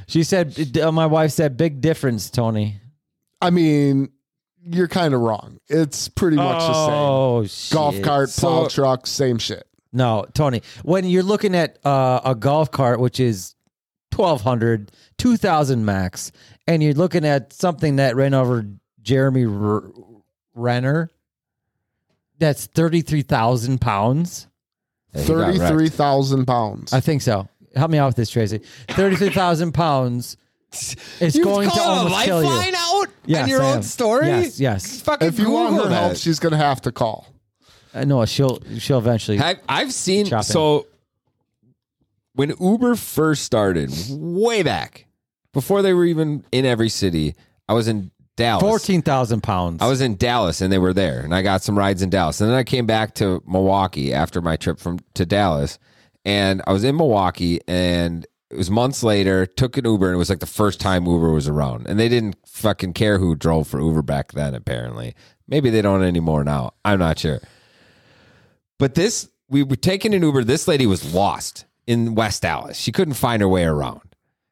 S3: She said, uh, "My wife said, big difference, Tony."
S1: I mean, you're kind of wrong. It's pretty much the same.
S3: oh, shit.
S1: Golf cart, plow
S2: So-
S1: truck, same shit.
S3: No, Tony. When you're looking at uh, a golf cart, which is 1,200, 2,000 max, and you're looking at something that ran over Jeremy R- Renner, that's thirty-three thousand pounds.
S2: Yeah, he got wrecked.
S1: Thirty-three thousand pounds.
S3: I think so. Help me out with this, Tracy. Thirty-three thousand pounds. It's
S2: You
S3: going to
S2: call it a
S3: almost kill you.
S2: lifeline out
S3: Yes,
S2: in your
S3: I
S2: own
S3: am.
S2: story?
S3: Yes, yes.
S2: Fucking
S1: If you want
S2: Google
S1: her help,
S2: that.
S1: she's gonna have to call.
S3: Uh, no, she'll she'll eventually.
S2: I've, I've seen
S3: Chop in.
S2: so when Uber first started, way back before they were even in every city, I was in Dallas.
S3: Fourteen thousand pounds.
S2: I was in Dallas and they were there, and I got some rides in Dallas, and then I came back to Milwaukee after my trip from to Dallas, and I was in Milwaukee, and it was months later. Took an Uber, and it was like the first time Uber was around, and they didn't fucking care who drove for Uber back then. Apparently, maybe they don't anymore now. I'm not sure. But this, we were taking an Uber. This lady was lost in West Dallas. She couldn't find her way around.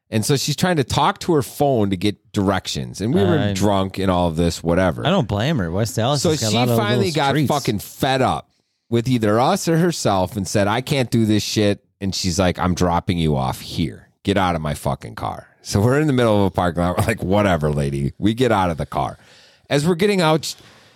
S2: And so she's trying to talk to her phone to get directions. And we were
S3: I-
S2: drunk and all of this, whatever.
S3: I don't blame her. West Dallas.
S2: So
S3: has got a
S2: she
S3: lot of
S2: finally
S3: little
S2: got
S3: streets.
S2: fucking fed up with either us or herself and said, I can't do this shit. And she's like, I'm dropping you off here. Get out of my fucking car. So we're in the middle of a parking lot. We're like, whatever, lady. We get out of the car. As we're getting out, sh-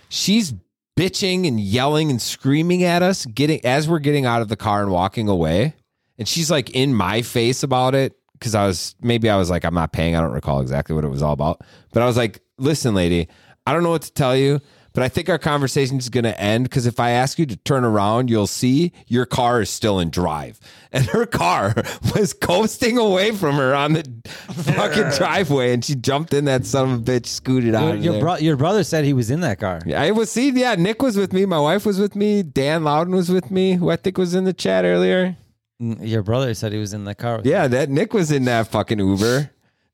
S2: she's bitching and yelling and screaming at us, getting as we're getting out of the car and walking away. And she's like in my face about it. Cause I was maybe I was like, I'm not paying. I don't recall exactly what it was all about. But I was like, listen, lady, I don't know what to tell you, but I think our conversation is going to end because if I ask you to turn around, you'll see your car is still in drive. And her car was coasting away from her on the fucking driveway. And she jumped in that son of a bitch, scooted out.
S3: Your,
S2: of
S3: your
S2: there.
S3: bro- your brother said he was in that car.
S2: Yeah, I was see. Yeah, Nick was with me. My wife was with me. Dan Loudon was with me, who I think was in the chat earlier.
S3: Mm, Your brother said he was in that car. with
S2: Yeah, that Nick was in that fucking Uber.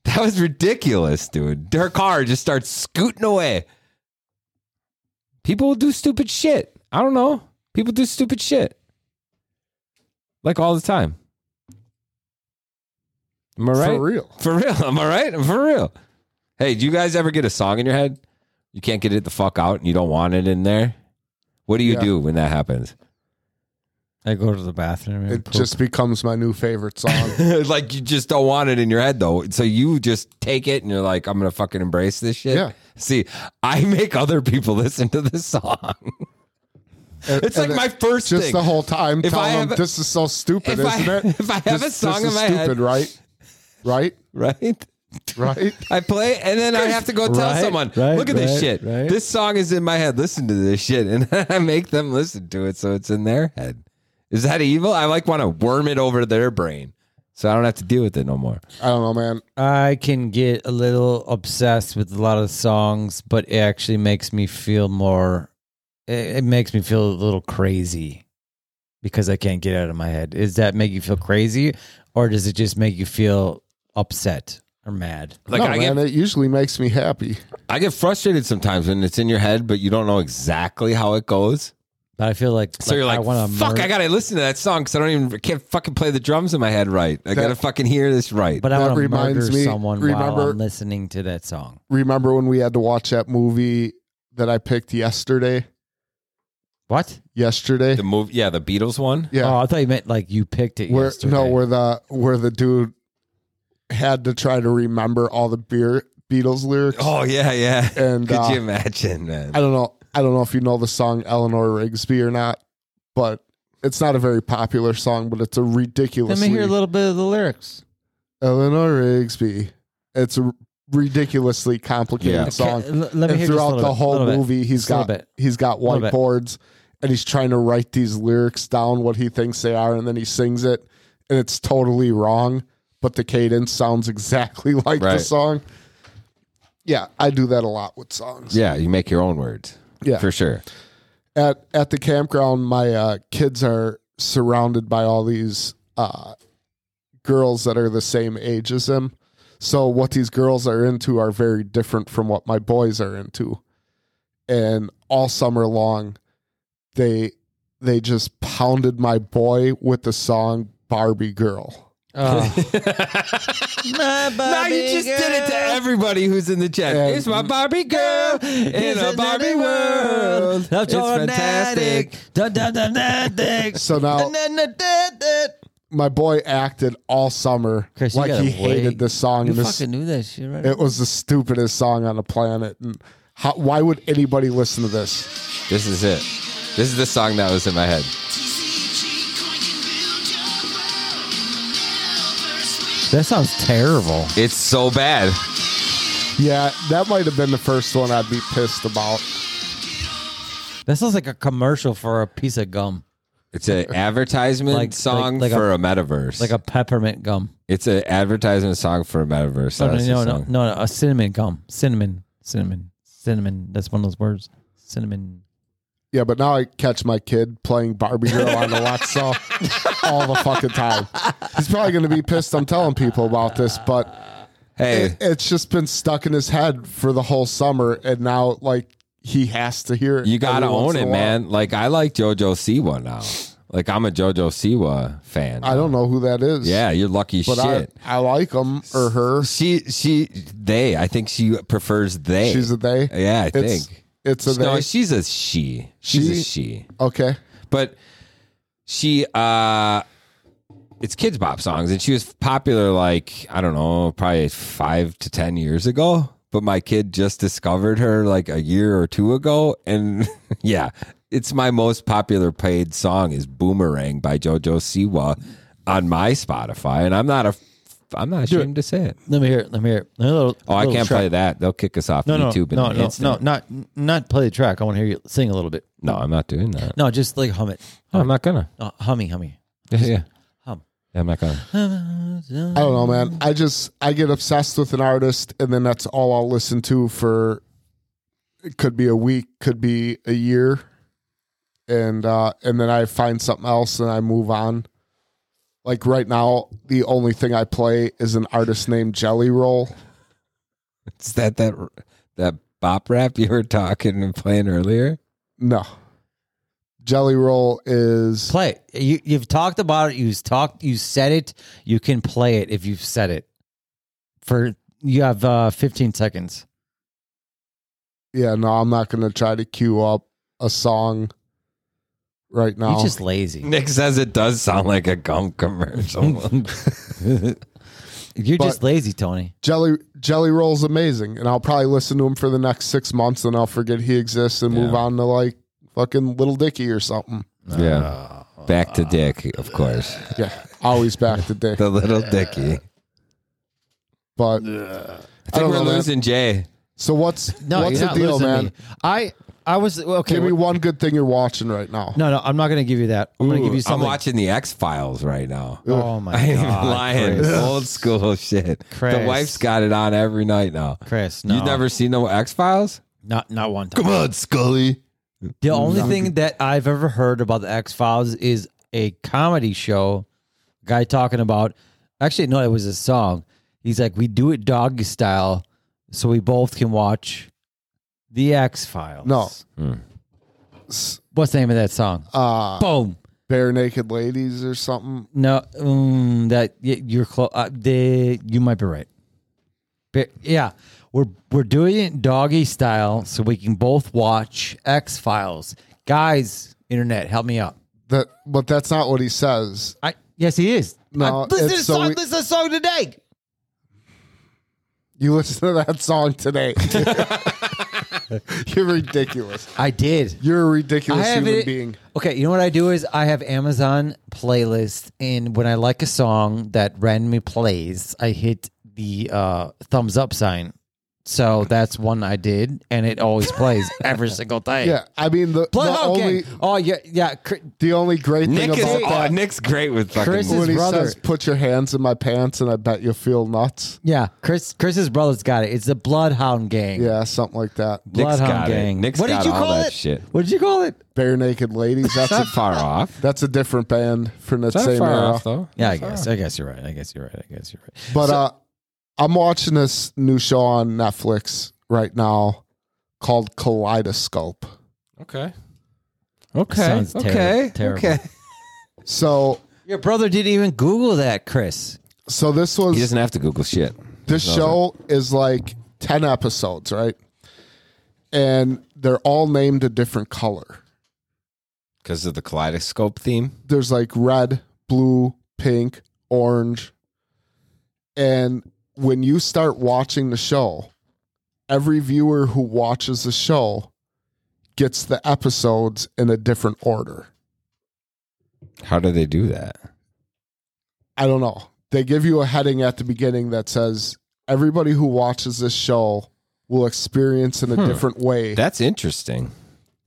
S2: That was ridiculous, dude. Her car just starts scooting away. People do stupid shit. I don't know. People do stupid shit. Like all the time. Am I right?
S1: For real.
S2: For real. Am I right? For real. Hey, do you guys ever get a song in your head? You can't get it the fuck out and you don't want it in there? What do you
S1: Yeah.
S2: do when that happens?
S3: you. I go to the bathroom. And
S1: It
S3: poop.
S1: just becomes my new favorite song.
S2: like you just don't want it in your head though. So you just take it and you're like, I'm gonna fucking embrace this shit.
S1: Yeah.
S2: See, I make other people listen to this song. it's like
S1: And
S2: my
S1: it-
S2: first
S1: just
S2: thing.
S1: the whole time
S2: If I
S1: telling
S2: have
S1: them
S2: a-
S1: this is so stupid,
S2: if I-
S1: isn't it?
S2: if I have a
S1: This-
S2: song
S1: this
S2: in
S1: is
S2: my head."
S1: stupid, right? Right?
S2: right?
S1: Right?
S2: I play and then I have to go tell
S3: Right,
S2: someone,
S3: right,
S2: look at this
S3: right,
S2: shit.
S3: right.
S2: This song is in my head. Listen to this shit. And I make them listen to it so it's in their head. Is that evil? I like want to worm it over their brain. So I don't have to deal with it no more.
S1: I don't know, man.
S3: I can get a little obsessed with a lot of songs, but it actually makes me feel more. It, it makes me feel a little crazy because I can't get it out of my head. Does that make you feel crazy, or does it just make you feel upset or mad?
S2: Like
S1: no,
S2: I get
S1: man, it usually makes me happy.
S2: I get frustrated sometimes when it's in your head, but you don't know exactly how it goes.
S3: But I feel like
S2: So you're like,
S3: I wanna
S2: fuck,
S3: mur-
S2: I gotta listen to that song because I don't even I can't fucking play the drums in my head right. I gotta fucking hear this right.
S3: but I
S1: that
S3: want to
S1: reminds
S3: murder
S1: me-
S3: someone while
S1: remember-
S3: I'm listening to that song.
S1: Remember when we had to watch that movie that I picked yesterday?
S3: What?
S1: Yesterday?
S2: the move, yeah, the Beatles one.
S1: Yeah.
S3: Oh, I thought you meant like you picked it.
S1: where
S3: yesterday.
S1: no where the where the dude had to try to remember all the beer beatles lyrics
S2: Oh yeah, yeah.
S1: and
S2: Could
S1: uh,
S2: you imagine, man?
S1: i don't know i don't know if you know the song eleanor rigsby or not but it's not a very popular song but it's a
S3: Let
S1: ridiculous
S3: me hear a little bit of the lyrics.
S1: eleanor rigsby it's a ridiculously complicated
S2: Yeah. Okay,
S1: song
S3: Okay, l- let me
S1: and
S3: hear just a
S1: throughout
S3: little
S1: the
S3: bit,
S1: whole
S3: little bit.
S1: movie he's
S3: Just a
S1: got
S3: little bit.
S1: he's got
S3: Little bit.
S1: whiteboards and he's trying to write these lyrics down what he thinks they are and then he sings it and it's totally wrong but the cadence sounds exactly like the
S2: Right.
S1: song yeah i do that a lot with songs
S2: Yeah, you make your own words.
S1: Yeah.
S2: for sure.
S1: at at the campground my uh, kids are surrounded by all these uh, girls that are the same age as him so what these girls are into are very different from what my boys are into and all summer long they they just pounded my boy with the song barbie girl
S3: Uh. my Barbie
S2: Now you just did it to everybody who's in the chat.
S1: Yeah.
S2: It's my Barbie girl in a Barbie world. It's fantastic.
S3: Dun, dun, dun, dun, dun.
S1: so now
S3: Dun, dun, dun, dun, dun.
S1: my boy acted all summer
S3: Chris, you
S1: like
S3: gotta
S1: he
S3: wait.
S1: hated this song
S3: You
S1: and this
S3: fucking knew that shit, right?
S1: It was the stupidest song on the planet. And how, why would anybody listen to this?
S2: This is it. This is the song that was in my head.
S3: that sounds terrible.
S2: It's so bad.
S1: Yeah, that might have been the first one I'd be pissed about.
S3: That sounds like a commercial for a piece of gum,
S2: It's an advertisement
S3: Like-
S2: song
S3: like- like
S2: for
S3: a-
S2: a, metaverse.
S3: like a peppermint gum.
S2: it's an advertisement song for a metaverse.
S3: No, no,
S2: That's the
S3: Oh, no, no,
S2: song.
S3: no, no, a cinnamon gum. Cinnamon, cinnamon, cinnamon. That's one of those words. Cinnamon.
S1: Yeah, but now I catch my kid playing Barbie Girl on the Alexa all the fucking time. He's probably going to be pissed I'm telling people about this, but
S2: Hey,
S1: it, it's just been stuck in his head for the whole summer. And now, like, he has to hear it.
S2: you gotta
S1: every once
S2: own
S1: in
S2: it,
S1: a while.
S2: man. Like I like JoJo Siwa now. Like I'm a JoJo Siwa fan.
S1: I don't know who that is.
S2: Yeah, you're lucky
S1: But I,
S2: shit.
S1: I like him or her.
S2: she, she, they. I think she prefers they.
S1: She's a they.
S2: yeah, I
S1: It's,
S2: think.
S1: it's a they.
S2: No, she's a she. She's a
S1: She-
S2: she.
S1: okay.
S2: But she uh it's kids bop songs and she was popular like, I don't know, probably 5 to 10 years ago, but my kid just discovered her like a year or two ago and yeah, it's my most popular played song is Boomerang by JoJo Siwa on my Spotify and I'm not a I'm not ashamed to say it.
S3: Let me hear it. Let me hear it. Let me little,
S2: Oh, I
S3: little
S2: can't
S3: track.
S2: play that. They'll kick us off
S3: No, no,
S2: YouTube. in
S3: no,
S2: an
S3: no, no,
S2: instant.
S3: not not play the track. I want to hear you sing a little bit.
S2: no, I'm not doing that.
S3: No, just like hum it.
S2: No, I'm not gonna.
S3: Uh, hummy, hummy.
S2: Yeah, yeah.
S3: Hum.
S2: I'm not gonna.
S1: I don't know, man. I just I get obsessed with an artist, and then that's all I'll listen to for. It could be a week, could be a year, and uh, and then I find something else, and I move on. Like right now, the only thing I play is an artist named Jelly Roll.
S2: Is that that that bop rap you were talking and playing earlier?
S1: No, Jelly Roll is
S3: Play. it. You you've talked about it. You've talked. You said it. You can play it if you've said it. For you have uh, 15 seconds.
S1: yeah. No, I'm not gonna try to cue up a song right now.
S3: He's just lazy.
S2: Nick says it does sound like a gum commercial.
S3: You're just lazy, Tony.
S1: Jelly Jelly Roll's amazing, and I'll probably listen to him for the next six months, and I'll forget he exists and move on to like fucking Little Dicky or something.
S2: yeah.
S3: Uh,
S2: Back to Dick, of course.
S1: Yeah, always back to Dick.
S2: The little Dicky.
S1: But
S2: I think
S1: don't
S2: we're
S1: know, man.
S2: losing Jay.
S1: so what's
S3: No,
S1: what's
S3: you're
S1: the
S3: not
S1: deal,
S3: losing
S1: man?
S3: me. I I was okay.
S1: Give me one good thing you're watching right now.
S3: no, no, I'm not going to give you that. I'm going to give you
S2: I'm
S3: something.
S2: watching the X Files right now.
S3: oh my
S2: I ain't even
S3: god,
S2: lying.
S3: Chris.
S2: Old school shit. The
S3: Chris.
S2: wife's got it on every night now.
S3: Chris, no,
S2: You've never seen no X Files?
S3: not not one time.
S2: Come on, Scully.
S3: The only thing that I've ever heard about the X Files is a comedy show guy talking about. Actually, no, it was a song. He's like, "We do it doggy style, so we both can watch the X Files."
S1: No.
S3: what's the name of that song?
S1: Uh,
S3: Boom.
S1: bare naked ladies or something.
S3: No, um, that y- you're close. Uh, they, you might be right. But yeah, we're we're doing it doggy style, so we can both watch X Files. Guys, internet, help me out.
S1: That, but that's not what he says.
S3: I yes, he is.
S1: No,
S3: I listen to
S1: it's
S3: this
S1: so
S3: song.
S1: we-
S3: listen to this song today.
S1: You listen to that song today. you're ridiculous.
S3: I did.
S1: You're a ridiculous
S3: I have
S1: human
S3: it-
S1: being.
S3: Okay, you know what I do is I have Amazon playlist, and when I like a song that randomly plays, I hit the uh, thumbs up sign. So that's one I did, and it always plays every single time.
S1: Yeah, I mean the,
S3: Plug
S1: the
S3: out
S1: only
S3: gang. Oh yeah, yeah. Cr-
S1: the only great
S2: Nick
S1: thing
S2: is
S1: about
S2: oh,
S1: that
S2: Nick's great with fucking
S3: Chris
S1: when
S3: is-
S1: he
S3: brother.
S1: says "Put your hands in my pants" and I bet you feel nuts.
S3: Yeah, Chris. Chris's brother's got it. It's the Bloodhound Gang.
S1: Yeah, something like that.
S2: Nick's
S3: Bloodhound
S2: got it.
S3: Gang.
S2: Nick's
S3: what
S2: got
S3: did you
S2: all
S3: call
S2: that
S3: it?
S2: shit.
S3: What did you call it?
S1: Bare naked ladies. That's a
S2: not far off.
S1: that's a different band from that
S2: It's not
S1: same
S2: far
S1: era.
S2: off though.
S3: Yeah, I guess. I guess you're right. I guess you're right. I guess you're right.
S1: But uh, I'm watching this new show on Netflix right now called Kaleidoscope.
S2: Okay. Okay.
S3: Sounds terri-
S2: okay.
S3: terrible.
S2: Okay.
S1: So
S3: Your brother didn't even Google that, Chris.
S1: so this
S2: He
S1: was
S2: doesn't have to Google shit.
S1: this show is like 10 episodes, right? And they're all named a different color.
S2: Because of the kaleidoscope theme.
S1: there's like red, blue, pink, orange. And when you start watching the show, every viewer who watches the show gets the episodes in a different order.
S2: How do they do that?
S1: I don't know. They give you a heading at the beginning that says everybody who watches this show will experience in a different way.
S2: That's interesting.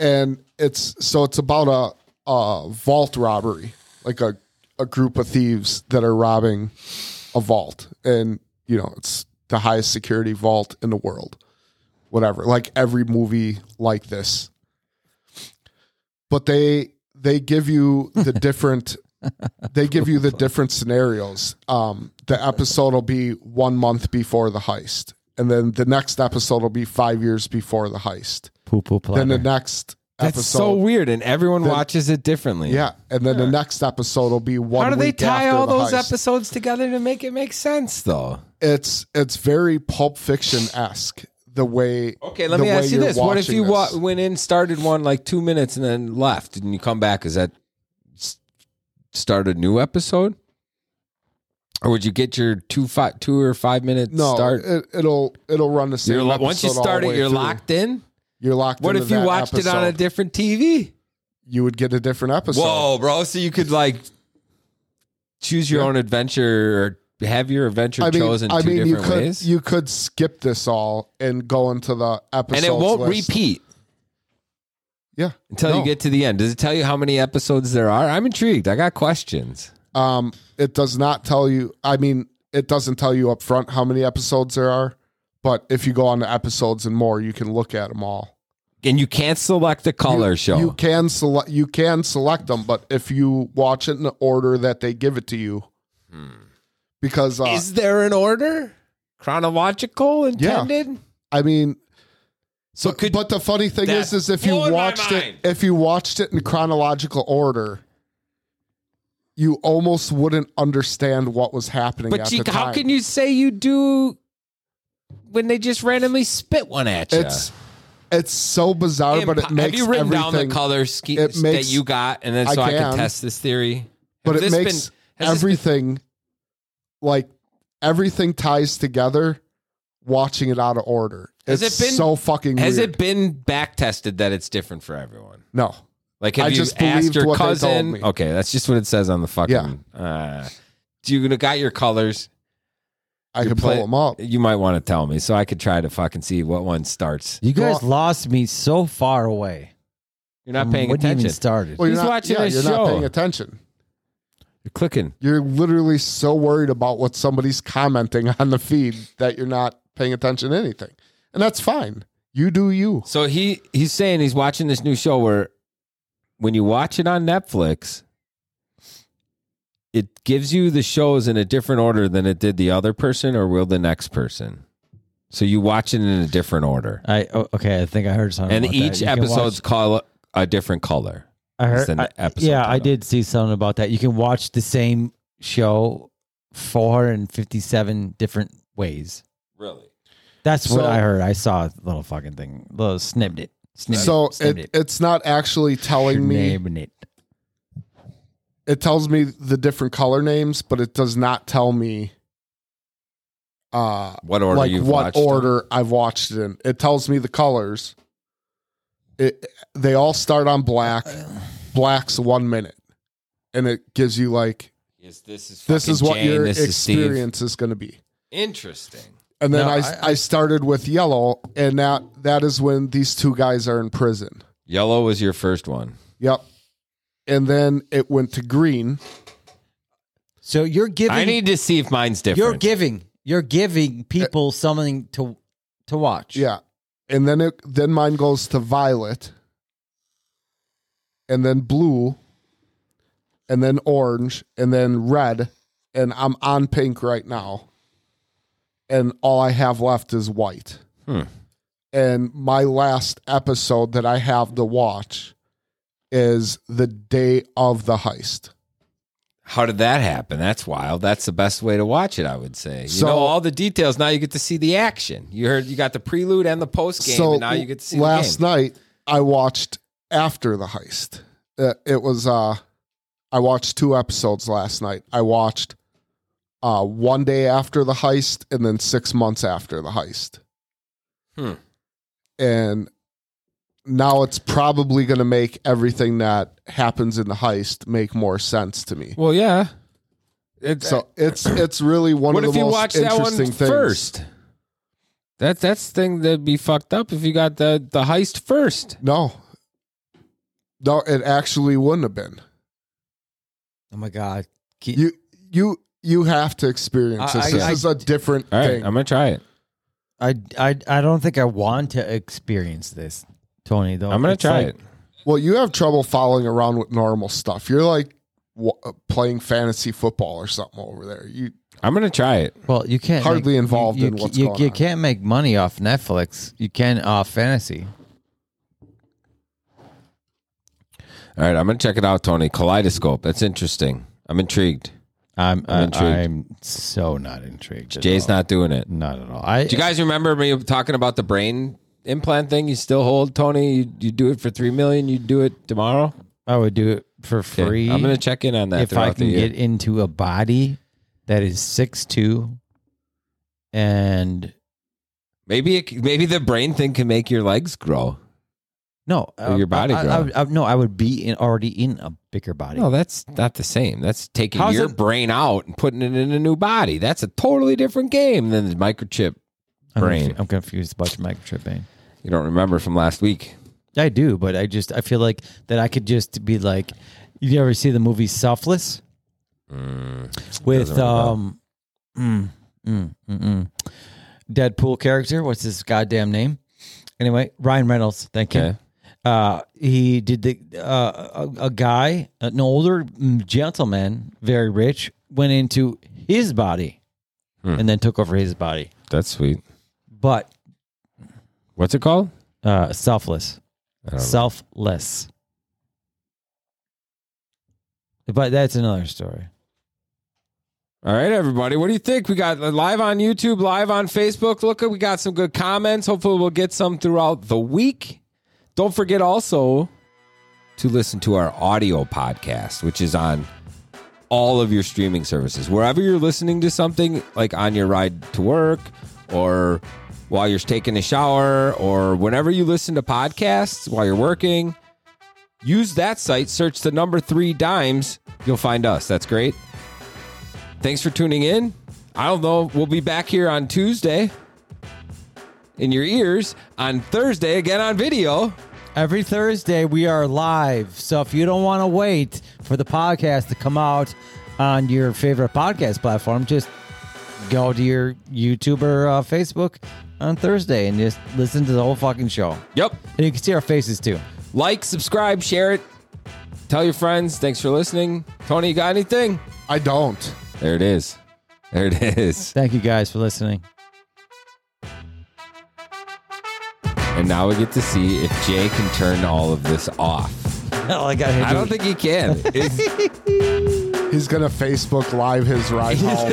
S1: and it's so it's about a, a vault robbery, like a a group of thieves that are robbing a vault, and you know it's the highest security vault in the world, whatever. Like every movie like this, but they they give you the different they give you the different scenarios. Um, the episode will be one month before the heist, and then the next episode will be five years before the heist
S3: Poo poo platter.
S1: then the next
S2: That's
S1: episode.
S2: so weird, and everyone watches it differently.
S1: yeah, and then the next episode will be one.
S2: How do they
S1: week
S2: tie
S1: after
S2: all
S1: the
S2: those
S1: heist.
S2: episodes together to make it make sense, though?
S1: It's it's very Pulp Fiction esque the way.
S2: Okay, let
S1: the
S2: me
S1: way
S2: ask you
S1: you're
S2: this: What if
S1: watching
S2: you wa-
S1: this.
S2: went in, started one like two minutes, and then left, and you come back? Is that s- start a new episode, or would you get your two fi- two or five minutes
S1: No,
S2: start?
S1: it, it'll it'll run the same.
S2: You're lo- once you
S1: episode all
S2: start
S1: the
S2: it,
S1: way
S2: you're
S1: through.
S2: locked in.
S1: You're locked.
S2: What
S1: into
S2: if you
S1: that
S2: watched it on a
S1: episode.
S2: different TV?
S1: you would get a different episode.
S2: Whoa, bro! So you could like choose your own adventure or have your adventure
S1: I mean,
S2: chosen
S1: I
S2: two
S1: mean, you
S2: different
S1: could
S2: ways,
S1: you could skip this all and go into the episode,
S2: and it won't repeat.
S1: Yeah,
S2: Until you
S1: No.
S2: get to the end. Does it tell you how many episodes there are? I'm intrigued. I got questions.
S1: Um, it does not tell you. I mean, it doesn't tell you up front how many episodes there are, but if you go on to episodes and more, you can look at them all.
S2: And you can't select the color show.
S1: You can select. You can select them, but if you watch it in the order that they give it to you, because uh,
S2: Is there an order? Chronological
S1: Yeah.
S2: intended?
S1: I mean,
S2: So could
S1: but the funny thing is,
S2: That
S1: is if you
S2: blew my
S1: watched it,
S2: mind.
S1: if you watched it in chronological order. You almost wouldn't understand what was happening.
S2: but
S1: at
S2: you,
S1: the
S2: how
S1: time.
S2: can you say you do when they just randomly spit one at you?
S1: It's It's so bizarre, Oh, but
S2: Impo-
S1: it makes
S2: have you written
S1: everything,
S2: down the color scheme
S1: it
S2: that
S1: makes-
S2: you got, and then so
S1: I
S2: I can,
S1: can.
S2: test this theory?
S1: But
S2: Has
S1: it
S2: this been-
S1: makes
S2: has this been-
S1: everything like everything ties together. Watching it out of order,
S2: Has
S1: it's
S2: it been-
S1: so fucking.
S2: has
S1: weird.
S2: it been back tested that it's different for everyone?
S1: No,
S2: Like, have
S1: I
S2: you
S1: just
S2: asked
S1: believed
S2: your
S1: what they told
S2: cousin?
S1: me.
S2: Okay, that's just what it says on the fucking.
S1: Yeah.
S2: Uh, do you got your colors?
S1: I can
S2: play-
S1: pull them up.
S2: You might want to tell me so I could try to fucking see what one starts.
S3: You guys
S1: Well-
S3: lost me so far away.
S2: You're not paying
S3: when Um, You
S2: attention.
S3: even started.
S1: Well, you're
S2: He's
S1: not,
S2: watching
S1: yeah,
S2: his
S1: you're
S2: show.
S1: not paying attention.
S2: You're clicking.
S1: You're literally so worried about what somebody's commenting on the feed that you're not paying attention to anything, and that's fine. You do you.
S2: So he he's saying he's watching this new show where when you watch it on Netflix, it gives you the shows in a different order than it did the other person or will the next person. So you watch it in a different order.
S3: I oh, okay. I think I heard something.
S2: And
S3: about that.
S2: each
S3: You can
S2: episode's
S3: watch-
S2: call a different color.
S3: I
S2: is
S3: heard.
S2: the
S3: I-
S2: episode
S3: yeah, I
S2: title.
S3: did see something about that. You can watch the same show 457 different ways.
S2: Really?
S3: That's what
S1: So-
S3: I heard. I saw a little fucking thing, little snippet. snippet
S1: so it,
S3: snippet.
S1: it's not actually telling me.
S3: Snippet.
S1: it tells me the different color names, but it does not tell me uh
S2: What order
S1: like
S2: you've
S1: what
S2: watched it?
S1: order I've watched it in. It tells me the colors. It they all start on black.
S3: Uh,
S1: Black's one minute. And it gives you like
S2: Yes, this is
S1: this is
S2: fucking
S1: what
S2: Jane,
S1: your
S2: this is Steve.
S1: experience is, going to be.
S2: Interesting.
S1: And then
S3: No,
S1: I,
S3: I-
S1: I started with yellow, and that that is when these two guys are in prison.
S2: Yellow was your first one.
S1: Yep. And then it went to green.
S3: So you're giving.
S2: I need to see if mine's different.
S3: You're giving. You're giving people something to to watch.
S1: Yeah. And then it then mine goes to violet. And then blue. And then orange. And then red. And I'm on pink right now. And all I have left is white.
S2: Hmm.
S1: And my last episode that I have to watch is the day of the heist.
S2: How did that happen? That's wild. That's the best way to watch it, I would say. You
S1: So-
S2: know all the details. Now you get to see the action. You heard you got the prelude and the post game,
S1: so
S2: and now you get to see
S1: last
S2: the game.
S1: night I watched after the heist. Uh, it was uh I watched two episodes last night. I watched uh one day after the heist and then 6 months after the heist.
S2: Hmm.
S1: And now it's probably going to make everything that happens in the heist make more sense to me.
S2: Well, yeah. It's,
S1: So it's it's really one
S2: what
S1: of
S2: if
S1: the
S2: you
S1: most
S2: watch that one
S1: interesting things.
S2: first? That that's the thing that'd be fucked up if you got the the heist first.
S1: No. No, it actually wouldn't have been.
S3: Oh my god. Keep,
S1: you you you have to experience
S3: I-
S1: this.
S3: I-
S1: this
S3: I-
S1: is a different
S2: All right,
S1: thing.
S2: I'm gonna try it.
S3: I, I I don't think I want to experience this, Tony. Though
S2: I'm gonna
S3: It's
S2: try
S3: like-
S2: it.
S1: well, you have trouble following around with normal stuff. You're like w- playing fantasy football or something over there. You
S2: I'm gonna try it.
S3: Well, you can't
S1: Hardly
S3: make-
S1: involved
S3: you,
S1: in
S3: you,
S1: what's
S3: you,
S1: going
S3: you
S1: on.
S3: can't make money off Netflix. You can off fantasy.
S2: All right, I'm gonna check it out, Tony. Kaleidoscope. That's interesting. I'm intrigued.
S3: I'm
S2: I'm
S3: I-
S2: intrigued.
S3: I'm so not intrigued. at
S2: Jay's
S3: all.
S2: not doing it.
S3: not at all. I
S2: Do you guys remember me talking about the brain implant thing? You still hold, Tony? You, you do it for three million. You do it tomorrow.
S3: I would do it for
S2: Okay,
S3: free.
S2: I'm gonna check in on that
S3: if
S2: throughout
S3: I can
S2: the year.
S3: get into a body that is six two and
S2: maybe it, c- maybe the brain thing can make your legs grow.
S3: no uh,
S2: Or your body
S3: I, I,
S2: grow.
S3: I, would- I, no, I would be in already in a bigger body.
S2: No, that's not the same. That's taking
S3: How's
S2: your
S3: it-
S2: brain out and putting it in a new body. That's a totally different game than the microchip.
S3: I'm
S2: brain.
S3: confu- I'm confused about your microchipping.
S2: You don't remember from last week.
S3: I do, but I just I feel like that I could just be like, you ever see the movie Selfless with
S2: Mm, doesn't ring a bell.
S3: um, mm, mm, mm, mm. Deadpool character? What's his goddamn name? Anyway, Ryan Reynolds. Thank you.
S2: Okay.
S3: Uh, he did the uh, a, a guy, an older gentleman, very rich, went into his body,
S2: Hmm.
S3: and then took over his body,
S2: That's sweet.
S3: but
S2: What's it called?
S3: uh, selfless.
S2: I don't know.
S3: selfless. But that's another story.
S2: All right, everybody. What do you think? We got live on YouTube, live on Facebook. Look, we got some good comments. Hopefully, we'll get some throughout the week. Don't forget also to listen to our audio podcast, which is on all of your streaming services. Wherever you're listening to something, like on your ride to work or while you're taking a shower or whenever you listen to podcasts while you're working, use that site, search the number three dimes. You'll find us. That's great. Thanks for tuning in. I don't know. We'll be back here on Tuesday in your ears, on Thursday, again on video.
S3: Every Thursday we are live. So if you don't want to wait for the podcast to come out on your favorite podcast platform, just go to your YouTube or uh, Facebook on Thursday and just listen to the whole fucking show.
S2: Yep.
S3: And you can see our faces too.
S2: Like, subscribe, share it. Tell your friends. Thanks for listening. Tony, you got anything?
S1: I don't.
S2: There it is. There it is.
S3: Thank you guys for listening.
S2: And now we get to see if Jay can turn all of this off.
S3: Hell, I got
S2: I don't think he can. It's-
S1: He's gonna Facebook Live his ride home.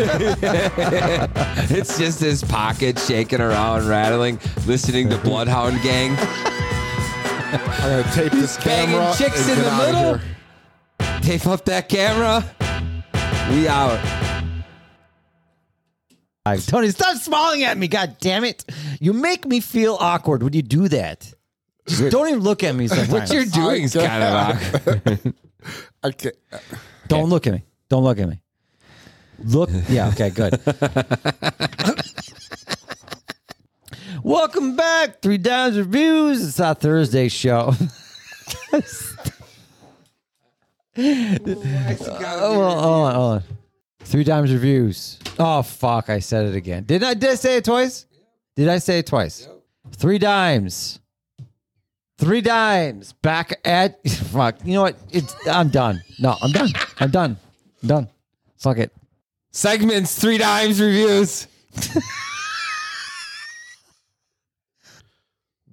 S2: It's just his pocket shaking around, rattling, listening to Bloodhound Gang.
S1: I'm gonna tape this
S2: banging
S1: camera.
S2: chicks
S1: and get
S2: in the
S1: out of
S2: middle.
S1: here.
S2: Tape up that camera. We out.
S3: Tony, stop smiling at me. God damn it. You make me feel awkward when you do that. Just don't even look at me sometimes.
S2: What you're doing's
S1: God.
S2: kind of awkward.
S1: Okay.
S3: Don't look at me. Don't look at me. Look. Yeah. Okay. Good. Welcome back. Three Dimes Reviews. It's our Thursday show. oh, well, hold on, hold on. Three Dimes Reviews. Oh, fuck. I said it again. Did I, did I say it twice? Did I say it twice? Three Dimes. Three dimes back at fuck. You know what? It's I'm done. No, I'm done. I'm done. I'm done. Suck it.
S2: Segments, three dimes reviews.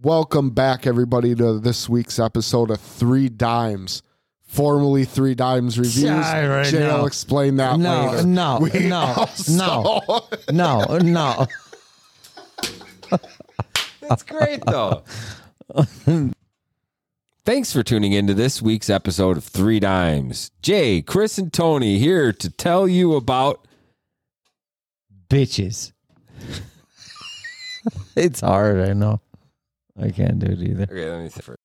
S1: Welcome back, everybody, to this week's episode of Three Dimes, formerly Three Dimes Reviews.
S3: Yeah, right,
S1: Jay,
S3: no.
S1: will explain that
S3: No,
S1: later.
S3: no, no, no. No, no.
S2: That's great, though. Thanks for tuning into this week's episode of Three Dimes. Jay, Chris, and Tony here to tell you about
S3: Bitches. it's hard, I know. I can't do it either.
S2: Okay, let me see first.